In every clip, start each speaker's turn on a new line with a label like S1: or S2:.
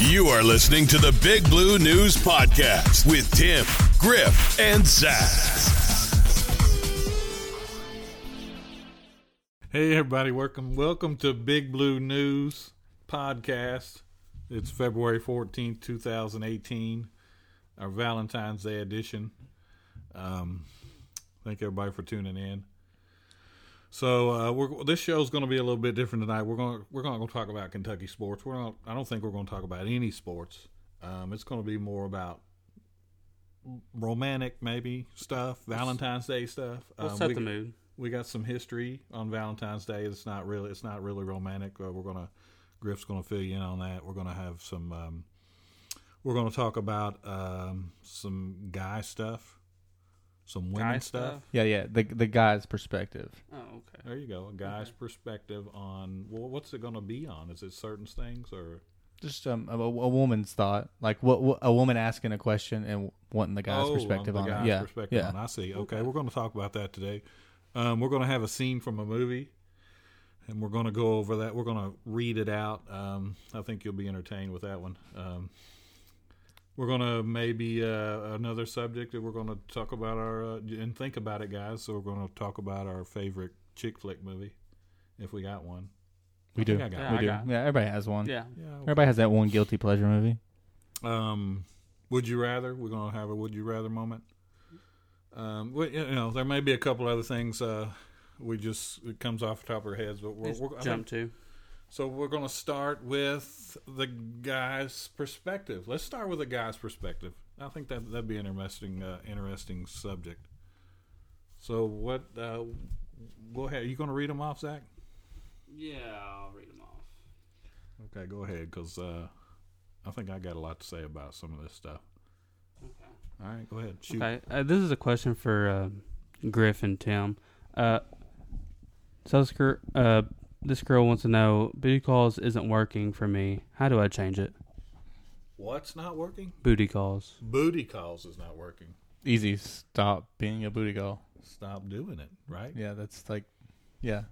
S1: You are listening to the Big Blue News Podcast with Tim, Griff, and Zach.
S2: Hey everybody, welcome welcome to Big Blue News podcast. It's February 14th, 2018, our Valentine's Day edition. Um, thank everybody for tuning in. So uh, we're, this show's going to be a little bit different tonight. We're going we're going to talk about Kentucky sports. We're not. I don't think we're going to talk about any sports. Um, it's going to be more about romantic, maybe stuff, Valentine's Day stuff.
S3: We'll
S2: Um,
S3: set
S2: we-
S3: the mood.
S2: we got some history on Valentine's Day. It's not really it's not really romantic. Uh, we're gonna Griff's gonna fill you in on that. We're gonna have some. Um, we're gonna talk about um, some guy stuff, some women
S3: Guy
S2: stuff.
S3: stuff?
S4: Yeah, yeah. The the guy's perspective.
S3: Oh, okay.
S2: There you go. A guy's perspective on well, what's it gonna be on? Is it certain things or
S4: Just um, a, a woman's thought, like what, what a woman asking a question and wanting the guy's
S2: Oh,
S4: perspective
S2: the
S4: on
S2: guy's
S4: it. Yeah,
S2: perspective
S4: yeah.
S2: on it. I see. Okay, we're going to talk about that today. Um, we're going to have a scene from a movie, and we're going to go over that. We're going to read it out. Um, I think you'll be entertained with that one. Um, we're going to maybe uh, another subject that we're going to talk about our uh, and think about it, guys. So we're going to talk about our favorite chick flick movie, if we got one.
S4: We
S2: I think
S4: do.
S2: I got
S3: Yeah,
S2: one.
S4: we do.
S3: got it.
S4: Yeah, everybody has one.
S3: Yeah.
S2: Yeah.
S4: Everybody has that one guilty pleasure movie.
S2: Um, would you rather? We're gonna have a would you rather moment. Um, we, you know, there may be a couple other things. Uh, we just it comes off the top of our heads, but we're,
S3: Just
S2: we're I
S3: jump
S2: think-
S3: to.
S2: so we're gonna start with the guy's perspective. Let's start with the guy's perspective. I think that that'd be an interesting, uh, interesting subject. So what? Uh, go ahead. you gonna read them off, Zach?
S3: Yeah, I'll read them off.
S2: Okay, go ahead, because uh, I think I got a lot to say about some of this stuff.
S3: Okay.
S2: All right, go ahead. Shoot.
S3: Okay. Uh, this is a question for um Griff and Tim. Uh, so this girl, uh, this girl wants to know booty calls isn't working for me. How do I change it?
S2: What's not working?
S3: Booty calls.
S2: booty calls is not working.
S4: Easy. Stop being a booty call.
S2: Stop doing it, right?
S4: Yeah, that's like, yeah.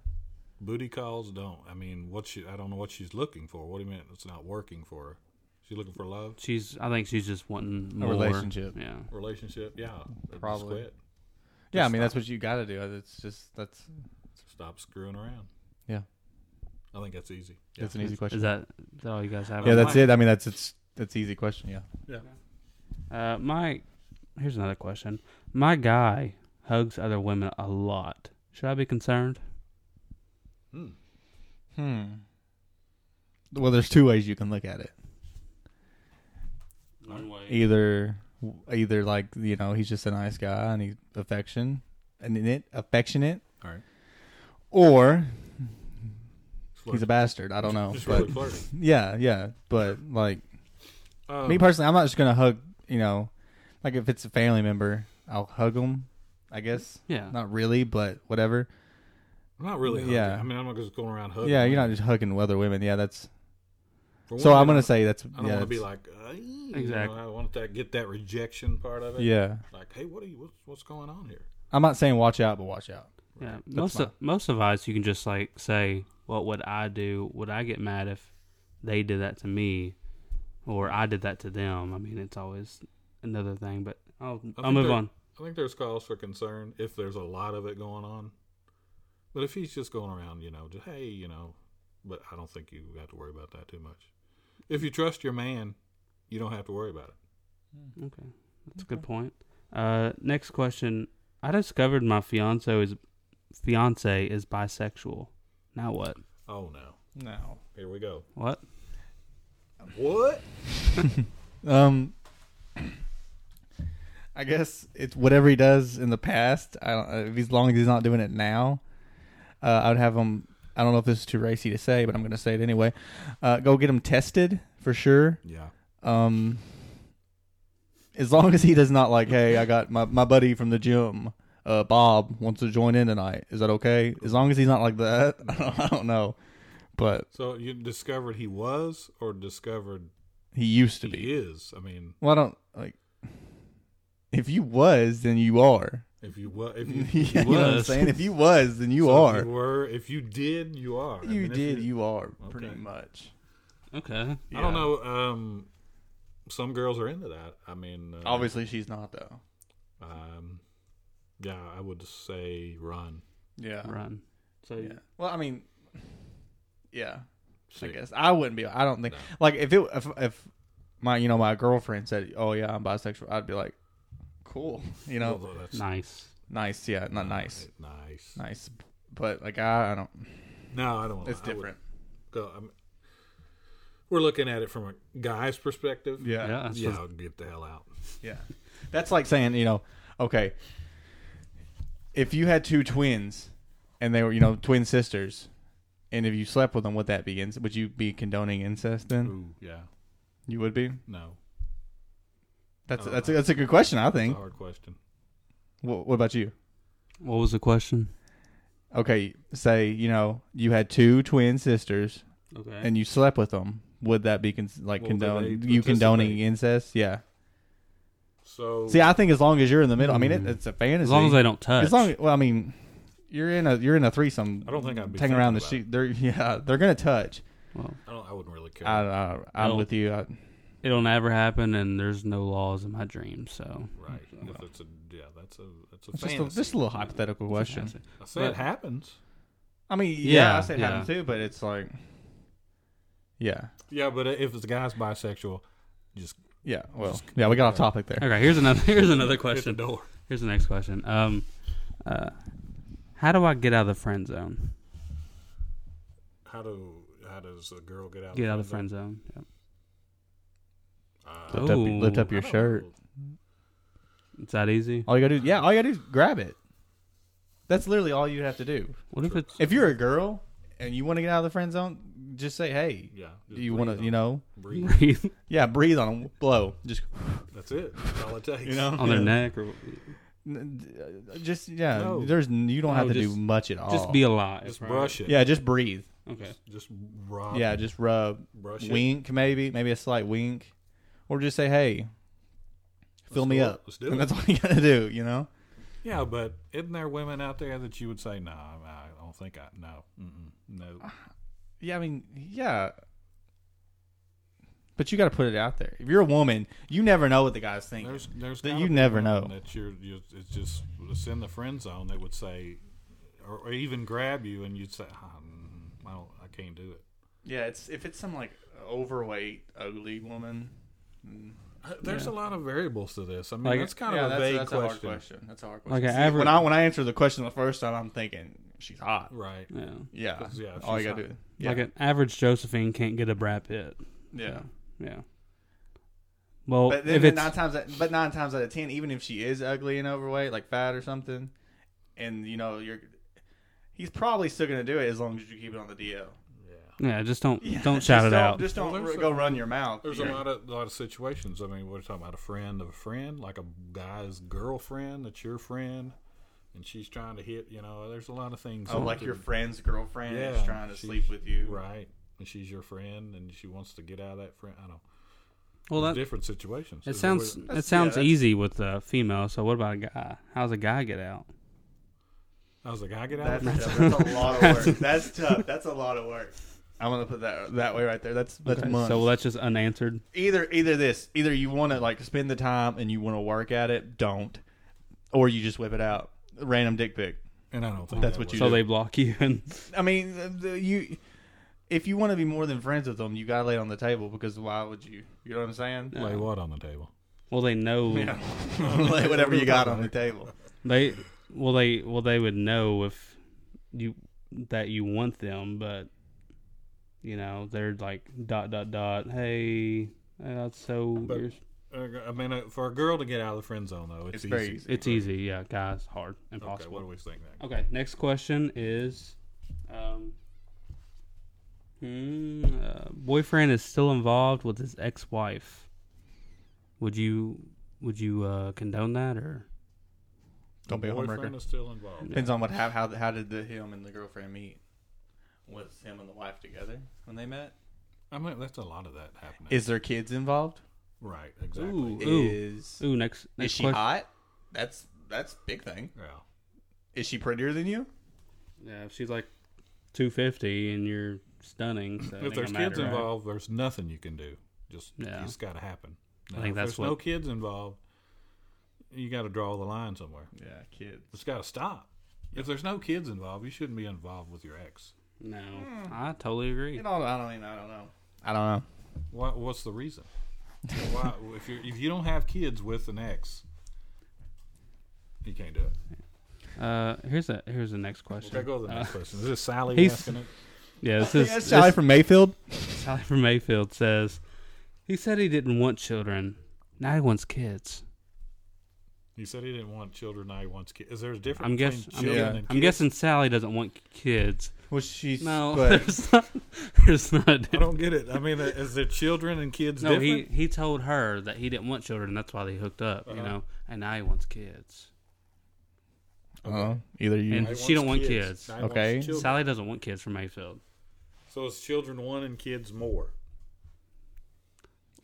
S2: Booty calls don't. I mean, what she? I don't know what she's looking for. What do you mean it's not working for her? She's looking for love,
S3: She's. I think she's just wanting more.
S4: relationship.
S3: Yeah.
S2: relationship. Yeah, Just
S4: Probably.
S2: quit.
S4: yeah, I
S2: Just
S4: mean that's
S2: stop.
S4: what you got to do. It's just that's
S2: Stop screwing around.
S4: yeah.
S2: I think that's easy. Yeah.
S4: That's an easy question.
S3: Is that, is that all you guys have?
S4: yeah,
S3: on
S4: that's
S2: mine-
S4: it. I mean that's it's that's easy question. Yeah.
S2: yeah.
S3: Uh, my here's another question. My guy hugs other women a lot. Should I be concerned?
S2: Hmm.
S4: Hmm. Well, there's two ways you can look at it.
S3: One way.
S4: either either like you know he's just a nice guy and he affection and in it affectionate
S2: All right.
S4: or
S2: Flirt.
S4: he's a bastard i don't know
S2: Just
S4: but
S2: really flirting.
S4: yeah yeah but like
S2: Um,
S4: me personally i'm not just gonna hug you know like if it's a family member i'll hug them i guess
S3: Yeah.
S4: not really but whatever
S2: I'm not really. Hugging.
S4: Yeah.
S2: I mean, I'm not just going around hugging.
S4: yeah you're not
S2: women.
S4: just hugging other women yeah that's
S2: For one
S4: so
S2: thing,
S4: i'm gonna
S2: I-
S4: say that's
S2: I don't
S4: yeah
S2: want to be
S4: that's-
S2: like. Exactly.
S3: Exactly.
S2: I want that get that rejection part of it.
S4: yeah
S2: Like, hey, what are you? What's, what's going on here?
S4: i'm not saying watch out but watch out
S3: Yeah.
S4: That's
S3: most of, most of us, you can just like say, "What would I do? Would I get mad if they did that to me, or I did that to them?" I mean, it's always another thing. But I'll
S2: I
S3: I'll
S2: think
S3: move
S2: there-
S3: on.
S2: I think there's cause for concern if there's a lot of it going on. But if he's just going around, you know, just hey, you know, but I don't think you have to worry about that too much. If you trust your man, you don't have to worry about it.
S3: Okay, that's a good point. Uh, next question. I discovered my fiance is fiance is bisexual. Now what?
S2: Oh no,
S4: no
S2: here we go.
S3: What?
S2: What?
S4: Um, I guess it's whatever he does in the past. I don't, if he's- as long as he's not doing it now, uh, I would have him. I don't know if this is too racy to say, but I'm going to say it anyway. Uh, go get him tested for sure.
S2: Yeah,
S4: Um, as long as he does not like, hey, I got my my buddy from the gym. Uh, Bob wants to join in tonight. Is that okay? As long as he's not like that, I don't, I don't know. But
S2: so you discovered he was, or discovered
S4: he used to
S2: he
S4: be.
S2: is. I mean,
S4: Well, I don't like. If you was, then you are.
S2: if you were, if you,
S4: yeah, you know what I'm
S3: was.
S4: saying? If you was, then you
S2: so if
S4: are.
S2: you were, if you did, you are. I
S4: you
S2: mean, if
S4: did, you, are
S2: Okay.
S4: pretty much.
S3: Okay.
S2: I don't know. Um, some girls are into that. I mean, uh,
S4: Obviously, she's not though.
S2: Um, yeah, I would say run.
S4: Yeah.
S3: Run. So
S4: Yeah. Well, I mean, yeah. I
S2: See,
S4: guess I wouldn't be. I don't think like if it if if my you know my girlfriend said, "Oh yeah, I'm bisexual," I'd be like, "Cool," you know,
S2: although that's
S3: nice.
S4: nice. Yeah, not nice,
S2: nice.
S4: nice. But like I, I don't.
S2: No, I don't. wanna-
S4: It's
S2: I would
S4: different.
S2: Go. I'm, we're looking at it from a guy's perspective.
S4: Yeah.
S3: Yeah. That's
S2: Yeah,
S3: just-
S2: I'll get the hell out.
S4: Yeah. That's like saying, you know, okay, if you had two twins and they were, you know, twin sisters, and if you slept with them, would that be, inc- would you be condoning incest then?
S2: Ooh, yeah.
S4: You would be?
S2: No,
S4: That's,
S2: Uh,
S4: that's, a, that's a good question, I
S2: it's a
S4: think.
S2: hard question.
S4: What, what about you?
S3: What was the question?
S4: Okay, say, you know, you had two twin sisters
S3: Okay.
S4: and you slept with them. Would that be con- like
S2: Well, do
S4: condone
S2: they
S4: you condoning
S2: participate?
S4: incest? Yeah.
S2: So
S4: See, I think as long as you're in the middle, I mean, it, it's a fantasy.
S3: as long as they don't touch.
S4: As long, well, I mean, you're in a you're in a threesome.
S2: I don't think I'd be
S4: hanging around the
S2: thinking
S4: sheet. They're yeah, they're gonna touch.
S3: well,
S2: I don't. I wouldn't really care.
S4: I, I I'm
S3: Well-
S4: with you. I,
S3: it'll never happen, and there's no laws in my dreams. So
S2: right. If it's a yeah, that's a that's a
S4: it's just
S2: fantasy.
S4: a, just a little hypothetical question.
S2: I say it
S3: but-
S2: happens.
S4: I mean, yeah,
S3: Yeah,
S4: I said
S3: yeah.
S4: happen too, but it's like, yeah,
S2: Yeah, but if it's a guy's bisexual, just
S4: yeah. Well, yeah, we got off topic there.
S3: Okay. Here's another. Here's another
S2: hit the
S3: question.
S2: door.
S3: Here's the next question. Um, uh, how do I get out of the friend zone?
S2: How do how does a girl get out?
S3: Get out of the friend zone. Yep.
S2: Uh,
S4: Lift up,
S3: Ooh.
S4: lift up your
S2: I don't
S4: shirt.
S2: know.
S3: It's that easy.
S4: All you gotta do, yeah, all you gotta do is grab it. That's literally all you have to do.
S3: What if it's
S4: If you're a girl and you want to get out of the friend zone, just say, hey,
S2: Yeah. just
S4: do you
S2: breathe
S4: want
S2: on
S4: to, you know,
S2: it. breathe?
S3: breathe
S4: yeah, breathe on them, blow, just
S2: That's it. That's all it takes.
S4: you know,
S3: on their neck or
S4: N- d- uh, just yeah
S2: No.
S4: there's n- you don't
S3: No,
S4: have to do
S3: just-
S4: much at all
S3: just be alive?
S2: Just
S3: right?
S2: brush it.
S4: yeah just breathe
S3: Okay.
S2: Just rob.
S4: yeah just rub
S2: Brush it.
S4: wink maybe maybe a slight wink or just say hey fill
S2: Let's
S4: me
S2: do it.
S4: up
S2: Let's do
S4: and
S2: it.
S4: that's all you gotta do you know
S2: Yeah, but isn't there women out there that you would say, "No, nah, I don't think I no, mm-mm, no."
S4: yeah i mean yeah but you gotta put it out there if you're a woman you never know what the guy's thinking
S2: There's, there's
S4: That
S2: gotta
S4: you
S2: be
S4: never
S2: women
S4: know.
S2: that you're, you it's just it's in the friend zone that would say, or, or even grab you and you'd say, "Ah, mm, "I don't, I can't do it."
S4: yeah it's if it's some like overweight ugly woman mm,
S2: Uh, There's a lot of variables to this. I mean,
S3: Like-
S2: that's kind of a vague question.
S4: that's a hard
S3: Like an average.
S4: when i when i answer the question the first time i'm thinking she's hot
S2: right?
S3: yeah.
S4: Yeah.
S2: 'Cause, yeah,
S4: all
S2: she's
S4: you gotta
S2: hot.
S4: do. Yeah.
S3: Like an average Josephine can't get a Brad Pitt.
S4: yeah.
S3: Yeah. Well,
S4: But
S3: if
S4: then
S3: it's
S4: nine times, out- but nine times out of ten, even if she is ugly and overweight, like fat or something, and you know you're, he's probably still gonna do it as long as you keep it on the DL.
S3: yeah, just don't
S4: Yeah,
S3: don't
S4: just
S3: shout it out.
S4: Just don't
S2: Well, there's
S4: r- go run your mouth.
S2: There's
S4: Yeah.
S2: a lot of lot of situations. I mean, we're talking about a friend of a friend, like a guy's girlfriend that's your friend, and she's trying to hit. You know, there's a lot of things.
S4: Oh,
S2: that
S4: like
S2: could-
S4: your friend's girlfriend is
S2: Yeah,
S4: trying to
S2: she-
S4: sleep with you.
S2: right? And she's your friend, and she wants to get out of that friend. I don't.
S3: Well, that
S2: different situations.
S3: it sounds
S4: That's-
S3: it sounds
S4: yeah, that's-
S3: easy with a female. So what about a guy? How's a guy get out?
S2: I was like, I get out.
S4: That's,
S2: of
S4: tough. that's a lot of work. That's tough. That's a lot of work. I'm gonna put that that way right there. That's that's
S3: Okay,
S4: months.
S3: So that's just unanswered.
S4: either either this either you want to like spend the time and you want to work at it don't or you just whip it out random dick pic
S2: and I don't think
S4: That's
S2: that
S4: what you
S3: So
S4: do.
S3: they block you and
S4: i mean the, the- you if you want to be more than friends with them you gotta lay it on the table because why would you you know what i'm saying
S2: would- lay what on the table.
S3: well they know
S4: yeah. lay whatever you got on the table
S3: they well they well they would know if you that you want them, but you know they're like dot dot dot. Hey, that's so
S2: But-
S3: you're-
S2: Uh, I mean, uh, for a girl to get out of the friend zone, though, it's,
S4: it's
S2: easy.
S4: very easy
S3: it's easy. Yeah, guys, hard,
S2: Okay,
S3: impossible.
S2: what do we think? Next?
S3: Okay, next question is um, hmm, uh, boyfriend is still involved with his ex-wife. Would you would you uh, condone that or
S4: don't be a
S2: Boyfriend
S4: homewrecker
S2: is still involved.
S4: depends on what how how, how did the him and the girlfriend meet was him and the wife together when they met
S2: I mean, that's a lot of that happening.
S4: is there kids involved
S2: right, exactly.
S3: Ooh.
S4: is
S3: ooh next
S4: is
S3: next
S4: she
S3: question.
S4: hot that's that's big thing
S2: Yeah.
S4: is she prettier than you
S3: Yeah, if she's like two fifty and you're stunning. So
S2: if there's kids involved, there's nothing you can do. Just
S3: Yeah.
S2: it's got to happen.
S3: I
S2: Now,
S3: think
S2: if
S3: that's
S2: there's no
S3: what-
S2: kids involved. You got to draw the line somewhere.
S4: Yeah, kids.
S2: It's got to stop. If there's no kids involved, you shouldn't be involved with your ex.
S3: no,
S4: Hmm.
S3: I totally agree.
S4: all, I don't even. I don't know. I don't know.
S2: Why, what's the reason? Why, if you if you don't have kids with an ex, you can't do it.
S3: Uh, here's a here's the next question.
S2: Okay, go to the
S3: Uh,
S2: next question. Is this Sally
S3: he's-
S2: asking it?
S3: yeah, this is
S4: Yeah, it's
S3: this-
S4: Sally from Mayfield.
S3: Sally from Mayfield says he said he didn't want children. Now he wants kids.
S2: He said he didn't want children. Now he wants kids. Is there a difference
S3: I'm
S2: between
S3: guess I'm,
S2: children
S4: yeah.
S2: and kids?
S3: I'm guessing Sally doesn't want kids.
S4: Well, she's
S3: No,
S4: but-
S3: there's not. There's not. a
S2: I don't get it. I mean, uh, is there children and kids
S3: No, he,
S2: different?
S3: he told her that he didn't want children. That's why they hooked up, you
S2: Uh-huh.
S3: know. And now he wants kids.
S4: Uh-huh. either you.
S3: And-
S2: Now he wants
S3: she don't want kids.
S2: Now he wants
S4: Okay.
S2: children.
S3: Sally doesn't want kids from Mayfield.
S2: So it's children one and kids more.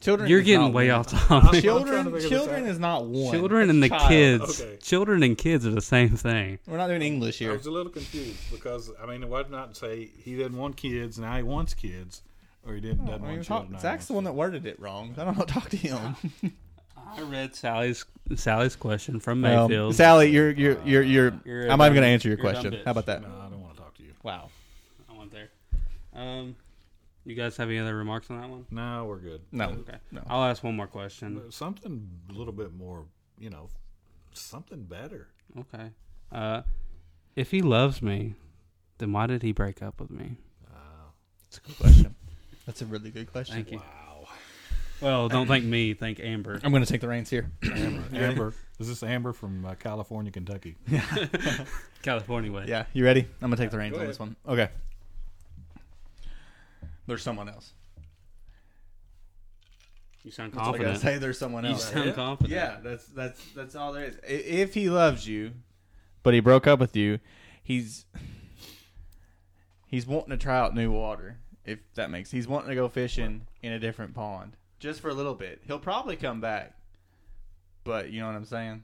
S4: children.
S3: You're
S4: is
S3: getting
S4: not
S3: way
S4: one.
S3: off topic.
S2: Well, I'm trying to
S4: Children.
S2: figure this
S4: Children
S2: out.
S4: is not one.
S3: Children and the
S4: Child.
S3: kids.
S2: okay.
S3: Children and kids are the same thing.
S4: We're not doing English
S2: I
S4: here.
S2: was a little confused because I mean, why not say he didn't want kids? Now he wants kids, or he didn't doesn't
S4: I mean,
S2: want
S4: talk-
S2: children. now he
S4: Zach's the
S2: wants
S4: one that worded it wrong. I don't know. Talk to him.
S3: I read Sally's Sally's question from
S4: Um,
S3: Mayfield.
S4: Sally, you're you're you're you're.
S3: You're a
S4: I'm not
S3: dumb-
S4: even gonna answer your
S3: you're a dumb
S4: question.
S3: bitch.
S4: How about that?
S2: kids. No, I don't want to talk to you.
S4: Wow.
S3: I went there. Um, you guys have any other remarks on that one?
S2: No, we're good.
S4: No.
S3: Okay.
S4: No.
S3: I'll ask one more question.
S2: something a little bit more, you know, something better.
S3: Okay. Uh, if he loves me, then why did he break up with me?
S2: Oh,
S4: That's a good question. That's a really good question.
S3: Thank you.
S2: Wow.
S3: Well, don't thank me. Thank Amber.
S4: I'm gonna take the reins here.
S2: Amber, is this Amber from uh, California, Kentucky?
S3: California way.
S4: Yeah, you ready? I'm gonna take the reins
S2: Go
S4: on this one. Okay. There's someone else.
S3: You sound
S4: That's all I gotta
S3: confident.
S4: say there's someone
S3: You
S4: else.
S3: sound
S4: Yeah.
S3: confident.
S4: Yeah, that's that's that's all there is. I- If he loves you, but he broke up with you, he's he's wanting to try out new water. If that makes, he's wanting to go fishing in a different pond just for a little bit. He'll probably come back, but you know what I'm saying.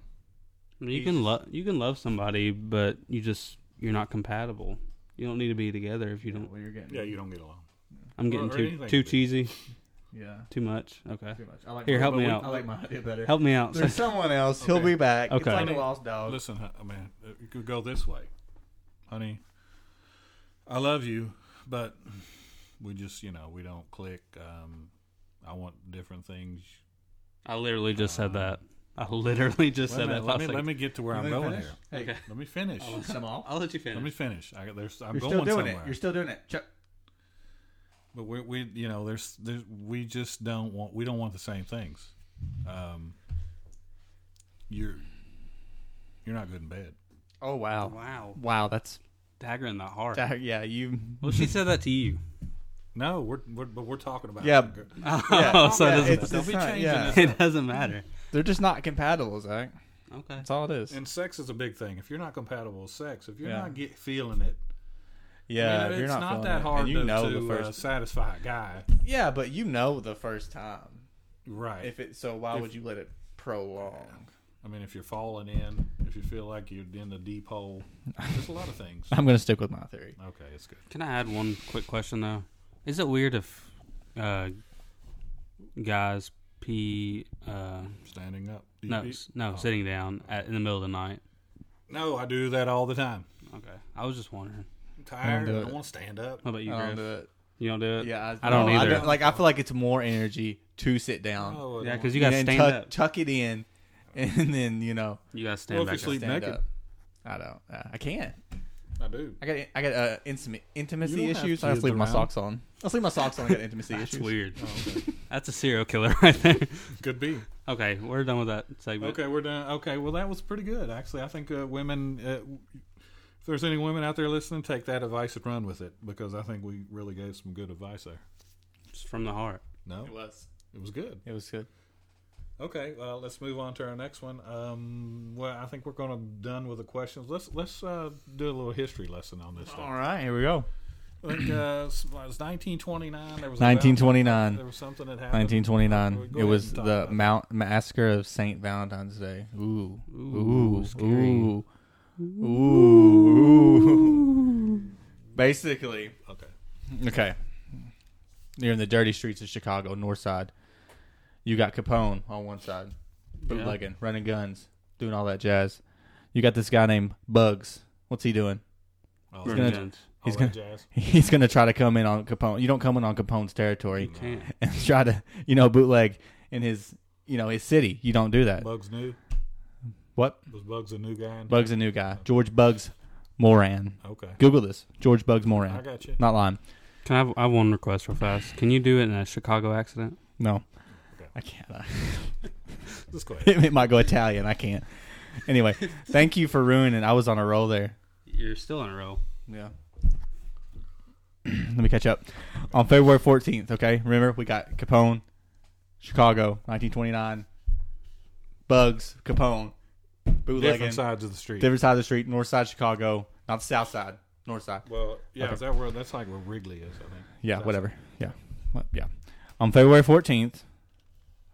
S3: I mean, you can love you can love somebody, but you just you're not compatible. You don't need to be together if you don't.
S4: Well, you're getting
S2: Yeah, you don't get along.
S3: I'm getting
S2: or
S3: too
S2: anything to do.
S3: too cheesy,
S4: yeah.
S3: too much. Okay,
S4: Too much. I like
S3: Here,
S4: my-
S3: help
S4: but
S3: me
S4: we-
S3: out.
S4: I like my idea better.
S3: help me out.
S4: There's someone else. He'll be back. It's
S3: Okay.
S4: like a lost dog.
S2: Oh, Listen, hu- I mean, it could go this way, honey. I love you, but we just, you know, we don't click. Um, I want different things.
S3: I literally just said that. I literally just
S2: Uh, Wait a
S3: said
S2: minute, let
S3: that. last
S2: me let
S3: second.
S2: me get to where
S4: Let
S2: I'm
S4: me
S2: going
S4: finish.
S2: here.
S4: Hey,
S3: Okay.
S2: Let me finish.
S4: some off.
S3: I'll let you finish.
S2: Let me finish. I, there's, I'm
S4: You're
S2: going
S4: still doing
S2: somewhere.
S4: it. You're still doing it. Chuck.
S2: But we, we you know, there's, there's, we just don't want, we don't want the same things. Um, you're, you're not good in bed.
S4: Oh wow.
S3: wow,
S4: Wow, that's
S3: dagger in the heart.
S4: that, yeah. You
S3: well, she said that to you.
S2: No, we're, we're but we're talking about
S4: Yeah.
S2: it.
S4: yeah,
S3: Oh, so it
S4: yeah,
S3: doesn't
S4: it's,
S2: Don't
S4: it's
S2: be
S4: not-
S2: changing
S4: yeah.
S3: it doesn't matter.
S4: They're just not compatible, Zach.
S3: Okay.
S4: That's all it is.
S2: And sex is a big thing. If you're not compatible with sex, if you're
S4: Yeah.
S2: not get, feeling it,
S4: yeah,
S2: I mean,
S4: if you're
S2: it's
S4: not,
S2: not,
S4: feeling
S2: that
S4: it,
S2: hard
S4: and you
S2: to,
S4: know
S2: to
S4: the
S2: uh,
S4: first.
S2: satisfy a guy,
S4: yeah, but you know the first time.
S2: right?
S4: If it so, why
S2: If-
S4: would you let it prolong?
S2: I mean, if you're falling in, if you feel like you're in the deep hole, there's a lot of things.
S4: I'm gonna stick with my theory.
S2: Okay, it's good.
S3: Can I add one quick question though? Is it weird if uh, guys pee? Uh,
S2: Standing up. Do you
S3: no,
S2: eat?
S3: s- no, sitting down at, in the middle of the night.
S2: no, I do that all the time.
S3: Okay, I was just wondering.
S2: I'm tired.
S4: do
S2: I
S4: it.
S2: don't want to stand up.
S3: How about you,
S4: I
S3: Griff?
S4: don't do it.
S3: You don't do it.
S4: Um, Yeah,
S3: I don't
S4: no,
S3: either.
S4: like I feel like it's more energy to sit down.
S2: Oh, I
S3: Yeah,
S2: don't-
S3: because you gotta
S4: and
S3: stand
S4: tuck,
S3: up.
S4: tuck it in, and then you know
S3: You gotta stand
S2: Well, if
S3: back
S2: you sleep-
S3: up.
S4: stand
S2: naked.
S4: up. I don't. Uh, I can't.
S2: I do.
S4: I got I got uh, intimate,
S2: You
S4: intimacy
S2: don't have
S4: issues. I just
S2: kids
S4: leave my
S2: around.
S4: socks on. I just leave my socks on. I got intimacy
S3: That's
S4: issues.
S3: weird.
S2: Oh, Okay.
S3: That's a serial killer right there.
S2: Could be.
S3: Okay, we're done with that segment.
S2: Okay, we're done. Okay, well, that was pretty good, actually. I think uh, women, uh, if there's any women out there listening, take that advice and run with it because I think we really gave some good advice there.
S3: It's from the heart.
S2: No,
S4: It was.
S2: it was good.
S4: It was good.
S2: Okay, well, let's move on to our next one. Um, well, I think we're going to done with the questions. Let's let's uh, do a little history lesson on this.
S4: All
S2: Thing.
S4: right, here we go.
S2: Like, uh, it was 1929. There was a
S4: 1929.
S2: Valentine- There was something that happened.
S4: 1929.
S2: Go
S4: It
S2: ahead
S4: was
S2: and talk
S4: the
S2: about it.
S4: Mount Massacre of Saint Valentine's Day. Ooh,
S3: Ooh,
S4: ooh,
S3: scary.
S4: ooh, ooh, ooh. Basically,
S2: Okay.
S4: okay. you're in the dirty streets of Chicago, North Side. You got Capone on one side, bootlegging, running guns, doing all that jazz. You got this guy named Bugs. What's he doing?
S2: All
S3: Burn
S2: that,
S4: gonna-
S3: guns.
S2: all
S4: he's
S2: that
S4: gonna-
S2: jazz.
S4: He's gonna try to come in on Capone. You don't come in on Capone's
S2: Mm-hmm.
S4: territory
S3: Can't.
S4: and try to you know bootleg in his you know his city. You don't do that.
S2: Bugs new.
S4: What?
S2: Was Bugs a new guy? In
S4: Bugs a new guy. George Bugs Moran.
S2: okay.
S4: Google this. George Bugs
S2: I
S4: Moran.
S2: got you.
S4: Not lying.
S3: Can I have, I have one request real fast? Can you do it in a Chicago accent?
S4: No,
S2: Okay.
S4: I can't.
S2: Just go ahead.
S4: it might go Italian. I can't. Anyway, thank you for ruining. I was on a roll there.
S3: You're still in a row.
S4: Yeah. Let me catch up. On February 14th, okay? Remember, we got Capone, Chicago, 1929. Bugs, Capone, bootlegging.
S2: Different
S4: Different side,
S2: sides of the street.
S4: of the street, north side Chicago, not the south side, north side.
S2: Well, yeah,
S4: Okay.
S2: is that where that's like where Wrigley is? I think.
S4: Yeah,
S2: South
S4: whatever. Yeah. What- Yeah. On February 14th,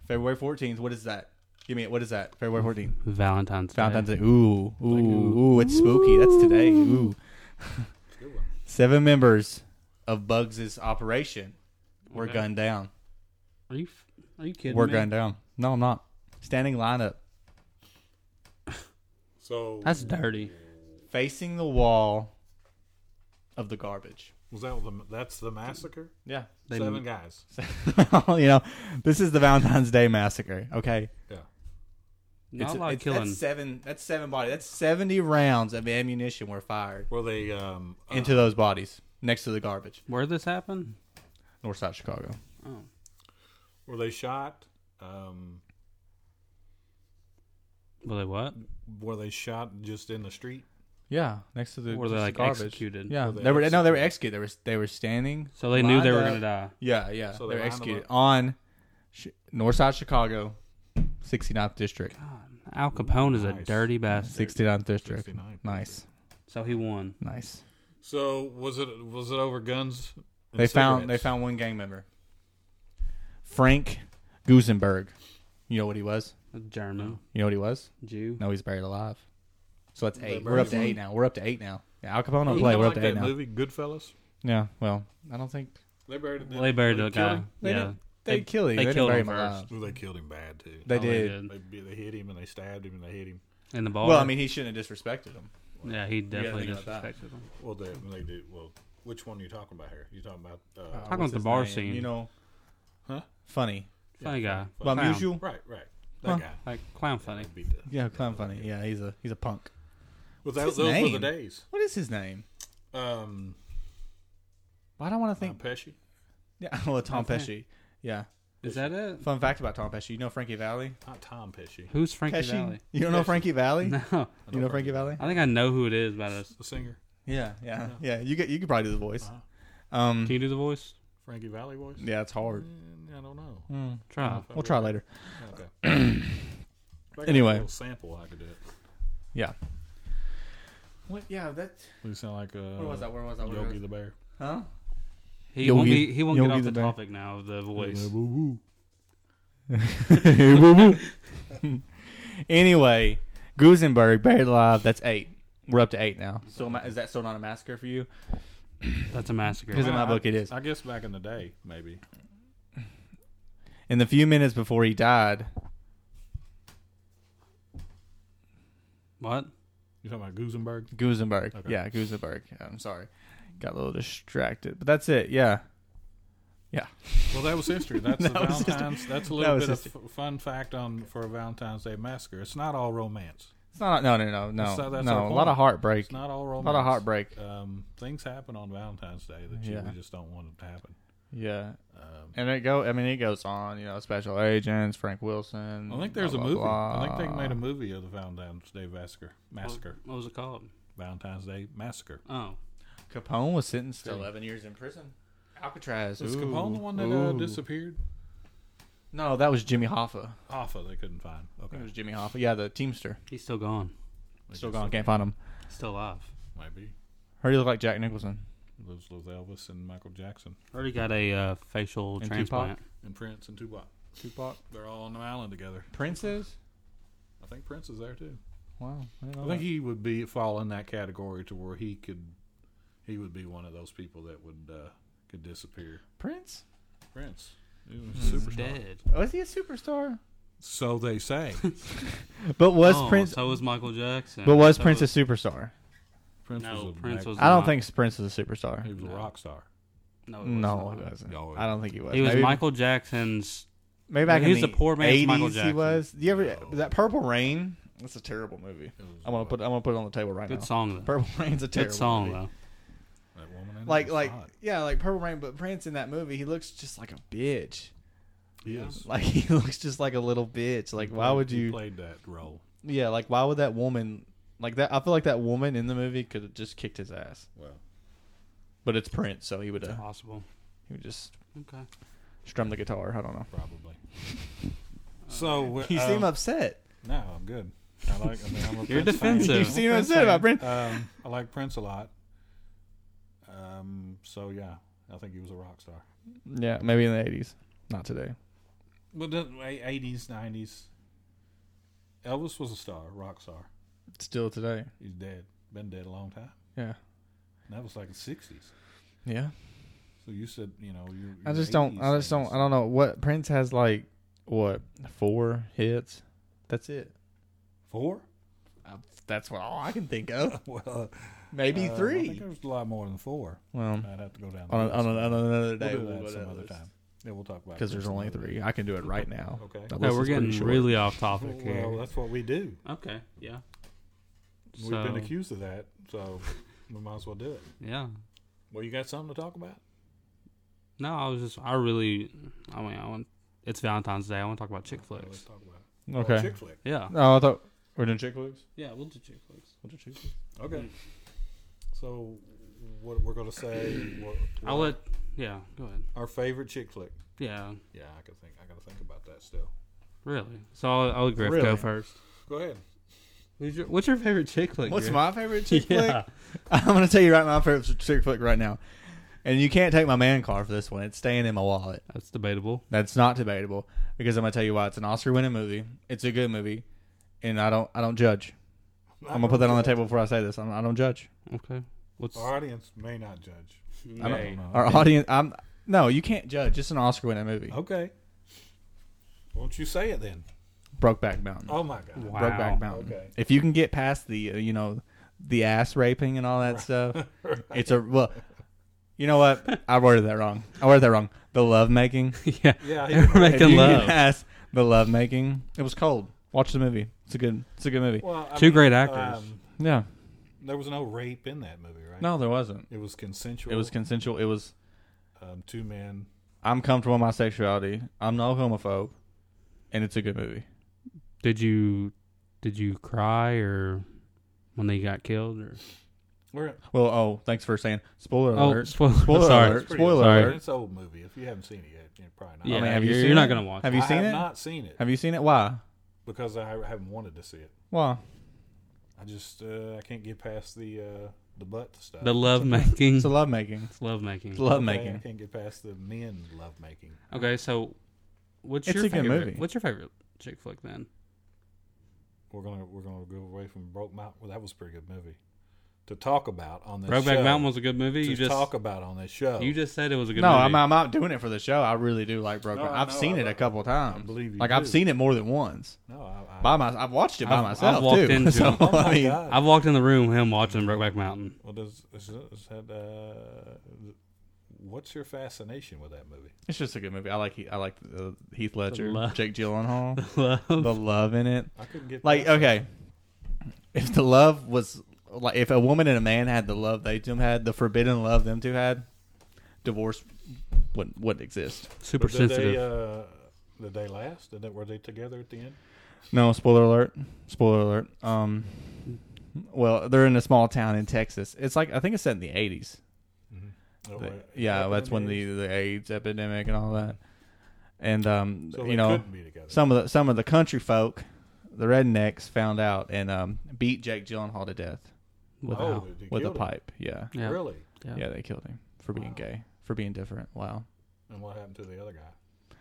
S4: February 14th, what is that? Give me it. What is that? February 14th.
S3: Valentine's Day.
S4: Valentine's Day. Ooh, ooh,
S3: ooh.
S4: ooh, it's spooky. That's today. Ooh.
S2: It's a Good one.
S4: Seven members of Bugs' operation were
S3: Okay.
S4: gunned down.
S3: Are you f- are you kidding
S4: Were
S3: me?
S4: gunned down. No, I'm not. Standing lineup,
S2: So
S3: That's dirty.
S4: facing the wall of the garbage.
S2: was that the that's the massacre?
S4: Yeah.
S3: They
S2: Seven
S3: need-
S2: guys.
S4: you know, this is the Valentine's Day massacre. Okay.
S2: Yeah.
S3: Not like killing.
S4: That's seven. That's seven bodies. That's seventy rounds of ammunition were fired
S2: Were they um uh,
S4: into those bodies next to the garbage.
S3: Where this happened?
S4: North Side Chicago.
S3: Oh,
S2: were they shot? Um,
S3: were they what?
S2: were they shot just in the street?
S4: Yeah, next to the
S3: Were they
S4: just the
S3: like
S4: garbage.
S3: executed?
S4: Yeah,
S2: they
S4: they were no, they were executed. They were they were standing.
S3: So they knew they
S4: lined
S3: were
S4: up.
S3: gonna die.
S4: Yeah, yeah.
S2: So
S4: they
S2: they lined
S4: were
S2: 'em
S4: executed
S2: up.
S4: on Sh- Northside Chicago, 69th district.
S3: Al Capone is a
S2: Nice.
S3: dirty bastard.
S4: 69th district.
S2: 69th
S4: Nice,
S3: So he won.
S4: nice.
S2: So was it was it over guns? and
S4: They found they
S2: cigarettes?
S4: found one gang member, Frank Gusenberg. You know what he was?
S3: A German
S4: You know what he was?
S3: Jew.
S4: No, he's buried alive. So that's eight.
S2: buried
S4: We're up to
S2: one.
S4: eight now. We're up to eight now. Yeah, Al Capone don't
S2: You
S4: play.
S2: know,
S4: We're up
S2: like
S4: to eight
S2: that
S4: now.
S2: movie Goodfellas.
S4: Yeah. Well, I don't think
S2: They buried
S3: Well, they buried the
S2: killed
S3: guy.
S2: him?
S4: They
S3: yeah,
S4: didn't- they, kill him.
S3: they
S4: They, didn't
S3: killed
S4: bury
S3: him
S4: him
S3: first.
S4: alive.
S2: Well, they killed him bad too.
S4: They
S3: Oh,
S4: did.
S2: They be- they hit him and they stabbed him and they hit him.
S3: in the bar.
S4: Well, I mean, he shouldn't have disrespected him.
S3: yeah, he definitely
S4: think about that.
S3: disrespected them.
S2: Well, they they do. Well, which one are you talking about here? You talking about uh,
S3: Talking about
S4: What's
S3: the
S4: his
S3: bar
S4: name?
S3: scene.
S4: You know,
S2: Huh?
S4: funny.
S3: Funny guy.
S4: Well,
S3: Clown.
S4: unusual.
S2: right, right. That
S4: Huh.
S2: guy.
S3: Like clown funny.
S2: Beat the,
S4: Yeah, clown funny. Yeah, he's a he's a punk.
S2: well,
S4: his
S2: those, those were the
S4: name?
S2: days.
S4: What is his name?
S2: Um,
S4: Why don't want to
S2: Tom
S4: think.
S2: Pesci.
S4: yeah, well, Tom
S3: Tom
S4: Pesci. Yeah.
S3: Is that it?
S4: Fun fact about Tom Pesci. You know Frankie Valley?
S2: Not Tom Pesci.
S3: Who's Frankie
S4: Pesci.
S3: Valley?
S4: You don't know Frankie Valley?
S3: No,
S4: You know Frankie Valley?
S3: I think I know who it is. By this,
S2: The singer.
S4: Yeah, yeah, yeah. You get you could probably do the voice. Um,
S3: can you do the voice?
S2: Frankie Valley voice.
S4: yeah, it's hard.
S2: Mm, I don't know.
S3: Try.
S4: We'll try later.
S2: Okay. If I got a
S4: Anyway.
S2: little sample. I could do it.
S4: Yeah. What? Yeah. That.
S2: You sound like uh,
S4: Where was that? Where was that? Where
S2: Yogi
S4: was
S2: the Bear.
S4: Huh?
S3: He
S4: You'll
S3: won't
S4: be-
S3: be. He won't
S4: you'll
S3: get
S4: be
S3: off
S4: the
S3: the
S4: bear.
S3: topic now of the voice.
S4: anyway, Gusenberg buried alive. That's eight. We're up to eight now. So am I- is that still not a massacre for you?
S3: That's a massacre.
S4: Because in
S2: Well,
S4: my
S2: I-
S4: book, it is.
S2: I guess back in the day, maybe.
S4: In the few minutes before he died,
S3: What?
S2: You talking about Gusenberg?
S4: Gusenberg.
S2: Okay.
S4: Yeah, Gusenberg. I'm sorry, got a little distracted, but that's it. Yeah, yeah.
S2: Well, that was history. That's the
S4: was history.
S2: Valentine's. That's a
S4: That
S2: little
S4: was
S2: bit of f- fun fact on for a Valentine's Day massacre. It's not all romance.
S4: It's not. No, no, no, no,
S2: That's- that's our
S4: no. A
S2: point.
S4: lot of heartbreak.
S2: It's not all
S4: a
S2: romance.
S4: lot of heartbreak.
S2: Um, things happen on Valentine's Day that you
S4: Yeah.
S2: we just don't want it to happen.
S4: Yeah,
S2: Um,
S4: and it go. I mean, it goes on. You know, special agents, Frank Wilson.
S2: I think there's
S4: blah,
S2: a
S4: blah,
S2: movie.
S4: blah.
S2: I think they made a movie of the Valentine's Day massacre. Massacre.
S3: What was it called?
S2: Valentine's Day massacre.
S3: Oh,
S4: Capone was sentenced to 11 years in prison. Alcatraz.
S2: Was
S4: ooh,
S2: Capone the one that uh,
S4: ooh.
S2: disappeared?
S4: No, that was Jimmy Hoffa.
S2: Hoffa, they couldn't find. Okay,
S4: It was Jimmy Hoffa. Yeah, the Teamster.
S3: he's still gone.
S4: Still gone. Can't find him.
S3: Still alive.
S2: maybe
S4: Heard he looked like Jack Nicholson.
S2: lives with Elvis and Michael Jackson
S3: Already got a uh, facial
S4: And
S3: transplant.
S2: and Prince and Tupac.
S4: Tupac.
S2: They're all on the island together.
S4: Princes.
S2: I think Prince is there too.
S4: Wow. I didn't know
S2: I think
S4: that.
S2: he would be fall in that category to where he could, he would be one of those people that would uh, could disappear.
S4: Prince?
S2: Prince. He was a superstar.
S3: Dead.
S4: Was he a superstar?
S2: So they say.
S4: But was
S3: Oh,
S4: Prince?
S3: So was Michael Jackson.
S4: but was
S3: So
S4: Prince a superstar?
S2: Prince
S3: No,
S2: was a
S3: Prince
S2: mag-
S3: was.
S4: I don't
S3: not.
S4: think Prince is a superstar.
S2: he was a rock star.
S3: No, it was
S4: No,
S3: not.
S4: he wasn't.
S2: No,
S4: I don't think he was.
S3: He was
S4: maybe,
S3: Michael Jackson's.
S4: Maybe back
S3: he
S4: in
S3: was
S4: the
S3: the poor man's
S4: 80s
S3: Michael
S4: He
S3: Jackson. Oh.
S4: was. Do you ever that Purple Rain? That's a terrible movie. I want to put. I want to put it on the table right
S3: Good
S4: now.
S3: song though.
S4: Purple Rain's a terrible
S3: Good song
S4: movie.
S3: though.
S2: That woman in
S4: Like
S2: it was
S4: like
S2: hot.
S4: yeah like Purple Rain, but Prince in that movie he looks just like a bitch.
S2: He is.
S4: Like he looks just like a little bitch. Like why would
S2: He
S4: you?
S2: played that role?
S4: Yeah, like why would that woman like that? I feel like that woman in the movie could have just kicked his ass.
S2: Well,
S4: But it's Prince, so he would have
S3: Possible.
S4: he would just
S3: Okay.
S4: strum the guitar. I don't know.
S2: probably. So
S4: You
S2: um,
S4: seem upset.
S2: No, I'm good. I like. I mean, I'm a
S3: You're
S2: Prince fan.
S3: defensive.
S4: You
S3: I'm
S4: seem upset about Prince.
S2: Um, I like Prince a lot. Um, so yeah, I think he was a rock star.
S4: Yeah, maybe in the eighties, not today.
S2: Well, the eighties, nineties. Elvis was a star, rock star.
S4: Still today.
S2: He's dead. Been dead a long time.
S4: Yeah.
S2: And that was like the sixties.
S4: Yeah.
S2: So you said, you know, you.
S4: I just don't. I just don't. I don't know what Prince has like. What four hits? That's it.
S2: Four?
S4: That's what all I can think of.
S2: Well,
S4: Maybe
S2: uh, I think
S4: three.
S2: there was a lot more than four.
S4: Well,
S2: I'd have to go down. the
S4: on,
S2: list.
S4: on, on another day,
S2: we'll do that some other time. Yeah, we'll talk about it
S4: Because there's
S2: some
S4: only
S2: other-
S4: three. I can do it right now.
S2: Okay.
S4: The
S3: Okay,
S4: list
S3: we're
S4: is pretty
S3: getting
S4: short.
S3: really off topic here.
S2: Well, that's what we do.
S3: Oh, okay. Yeah.
S2: We've been accused of that, so we might as well do it.
S3: Yeah.
S2: Well, you got something to talk about?
S3: No, I was just. I really. I mean, I want. It's Valentine's Day. I want to talk about chick
S2: Yeah, let's
S3: flicks.
S2: talk about it. Oh,
S4: Okay.
S2: chick flick.
S3: Yeah.
S4: No, I thought we're doing chick flicks.
S3: Yeah, we'll do chick flicks. We'll do chick
S2: Okay. So, what we're gonna say? What, what
S3: I'll let. Yeah. Go ahead.
S2: our favorite chick flick.
S3: Yeah.
S2: Yeah, I can think. I gotta think about that still.
S3: Really. So I'll, I'll let Griff
S4: Really?
S3: go first.
S2: Go ahead.
S3: Who's your, what's your favorite chick flick?
S4: What's
S3: Griff?
S4: my favorite chick flick?
S3: Yeah.
S4: I'm gonna tell you right my favorite chick flick right now, and you can't take my man card for this one. It's staying in my wallet.
S3: That's debatable.
S4: That's not debatable because I'm gonna tell you why. It's an Oscar-winning movie. It's a good movie, and I don't I don't judge. I'm gonna put that on the table before I say this. I'm, I don't judge.
S3: Okay. What's
S2: Our audience may not judge.
S4: I don't,
S2: May.
S4: Our audience. I'm no, you can't judge. It's an Oscar-winning movie.
S3: Oh.
S2: Okay. Won't you say it then?
S4: Brokeback Mountain.
S2: Oh my God.
S3: Wow.
S4: Brokeback Mountain.
S2: Okay.
S4: If you can get past the uh, you know the ass raping and all that stuff, it's a well. You know what? I worded that wrong. I worded that wrong. The love making.
S3: yeah.
S2: Yeah,
S3: They
S2: he-
S3: were
S4: If you
S3: making
S4: Can
S3: love.
S4: pass the love making. It was cold. Watch the movie. It's a good. It's a good movie.
S2: Well, I
S3: Two great actors.
S2: um,
S4: Yeah.
S2: there was no rape in that movie, right?
S4: No, there wasn't.
S2: It was consensual.
S4: It was consensual. It was.
S2: um, two men.
S4: I'm comfortable with my sexuality. I'm no homophobe, and it's a good movie.
S3: Did you did you cry or when they got killed or
S2: We're
S4: Well, oh, thanks for saying spoiler
S3: oh
S4: alert.
S3: spoiler,
S4: Spoiler
S3: sorry
S4: alert.
S2: It's pretty
S4: Spoiler
S2: old.
S3: alert.
S2: It's an old movie. If you haven't seen it yet, you're probably not.
S3: Yeah,
S4: I mean, have you
S3: you're,
S4: seen
S3: you're
S4: it?
S3: not gonna watch.
S4: Have you
S2: I
S4: seen
S2: have
S4: it?
S2: not seen it
S4: Have you seen it? Why?
S2: because I haven't wanted to see it.
S4: Why?
S2: I just uh, I can't get past the uh, the butt stuff.
S3: the love making.
S4: It's a love making.
S3: It's love making.
S4: It's love
S2: Okay, I
S4: making.
S2: can't get past the men love making.
S3: Okay, so what's
S4: It's
S3: your
S4: a good
S3: favorite?
S4: movie.
S3: What's your favorite chick flick then?
S2: We're gonna we're gonna go away from Broke Mountain. Well, that was a pretty good movie to talk about on this.
S3: Brokeback
S2: show,
S3: Mountain was a good movie.
S2: to
S3: You just
S2: talk about on this show.
S3: you just said it was a good
S4: No,
S3: movie.
S4: I'm, I'm not doing it for the show. I really do like Brokeback.
S2: No, I
S4: I've
S2: know.
S4: seen
S2: I
S4: it a
S2: love-
S4: couple times.
S2: believe you
S4: Like I've
S2: do.
S4: seen it more than once.
S2: no, I, I,
S4: By my, I've watched it by
S3: I've- I've
S4: myself
S3: walked
S4: too.
S3: into-
S4: so,
S2: oh my
S4: I mean,
S2: god.
S3: I've walked in the room him watching Brokeback Mountain.
S2: well, does is, is that uh, what's your fascination with that movie?
S4: it's just a good movie. I like He- I like uh, Heath Ledger,
S3: love.
S4: Jake Gyllenhaal,
S3: Love.
S4: the love in it.
S2: I couldn't get
S4: Like,
S2: past it.
S4: okay, if the love was like, if a woman and a man had the love they two had, the forbidden love them two had, divorce wouldn't wouldn't exist.
S3: Super
S2: did
S3: sensitive.
S2: They, uh, did they last? Did they, were they together at the end?
S4: No, spoiler alert. Spoiler alert. Um, well, they're in a small town in Texas. It's like I think it's set in the eighties.
S2: Oh,
S4: The-
S2: wait.
S4: yeah,
S2: Happened
S4: that's
S2: in
S4: when the, the AIDS epidemic and all that. And um,
S2: 80s? So
S4: you
S2: they
S4: know,
S2: couldn't be together.
S4: some of the some of the country folk, the rednecks, found out and um, beat Jake Gyllenhaal to death
S3: Wow.
S2: oh, they
S4: with
S2: killed
S4: a
S2: him.
S4: pipe. Yeah.
S3: Yeah.
S2: Really?
S3: Yeah.
S4: yeah, they killed him for being gay, for being different. Wow,
S2: And what happened to the other guy?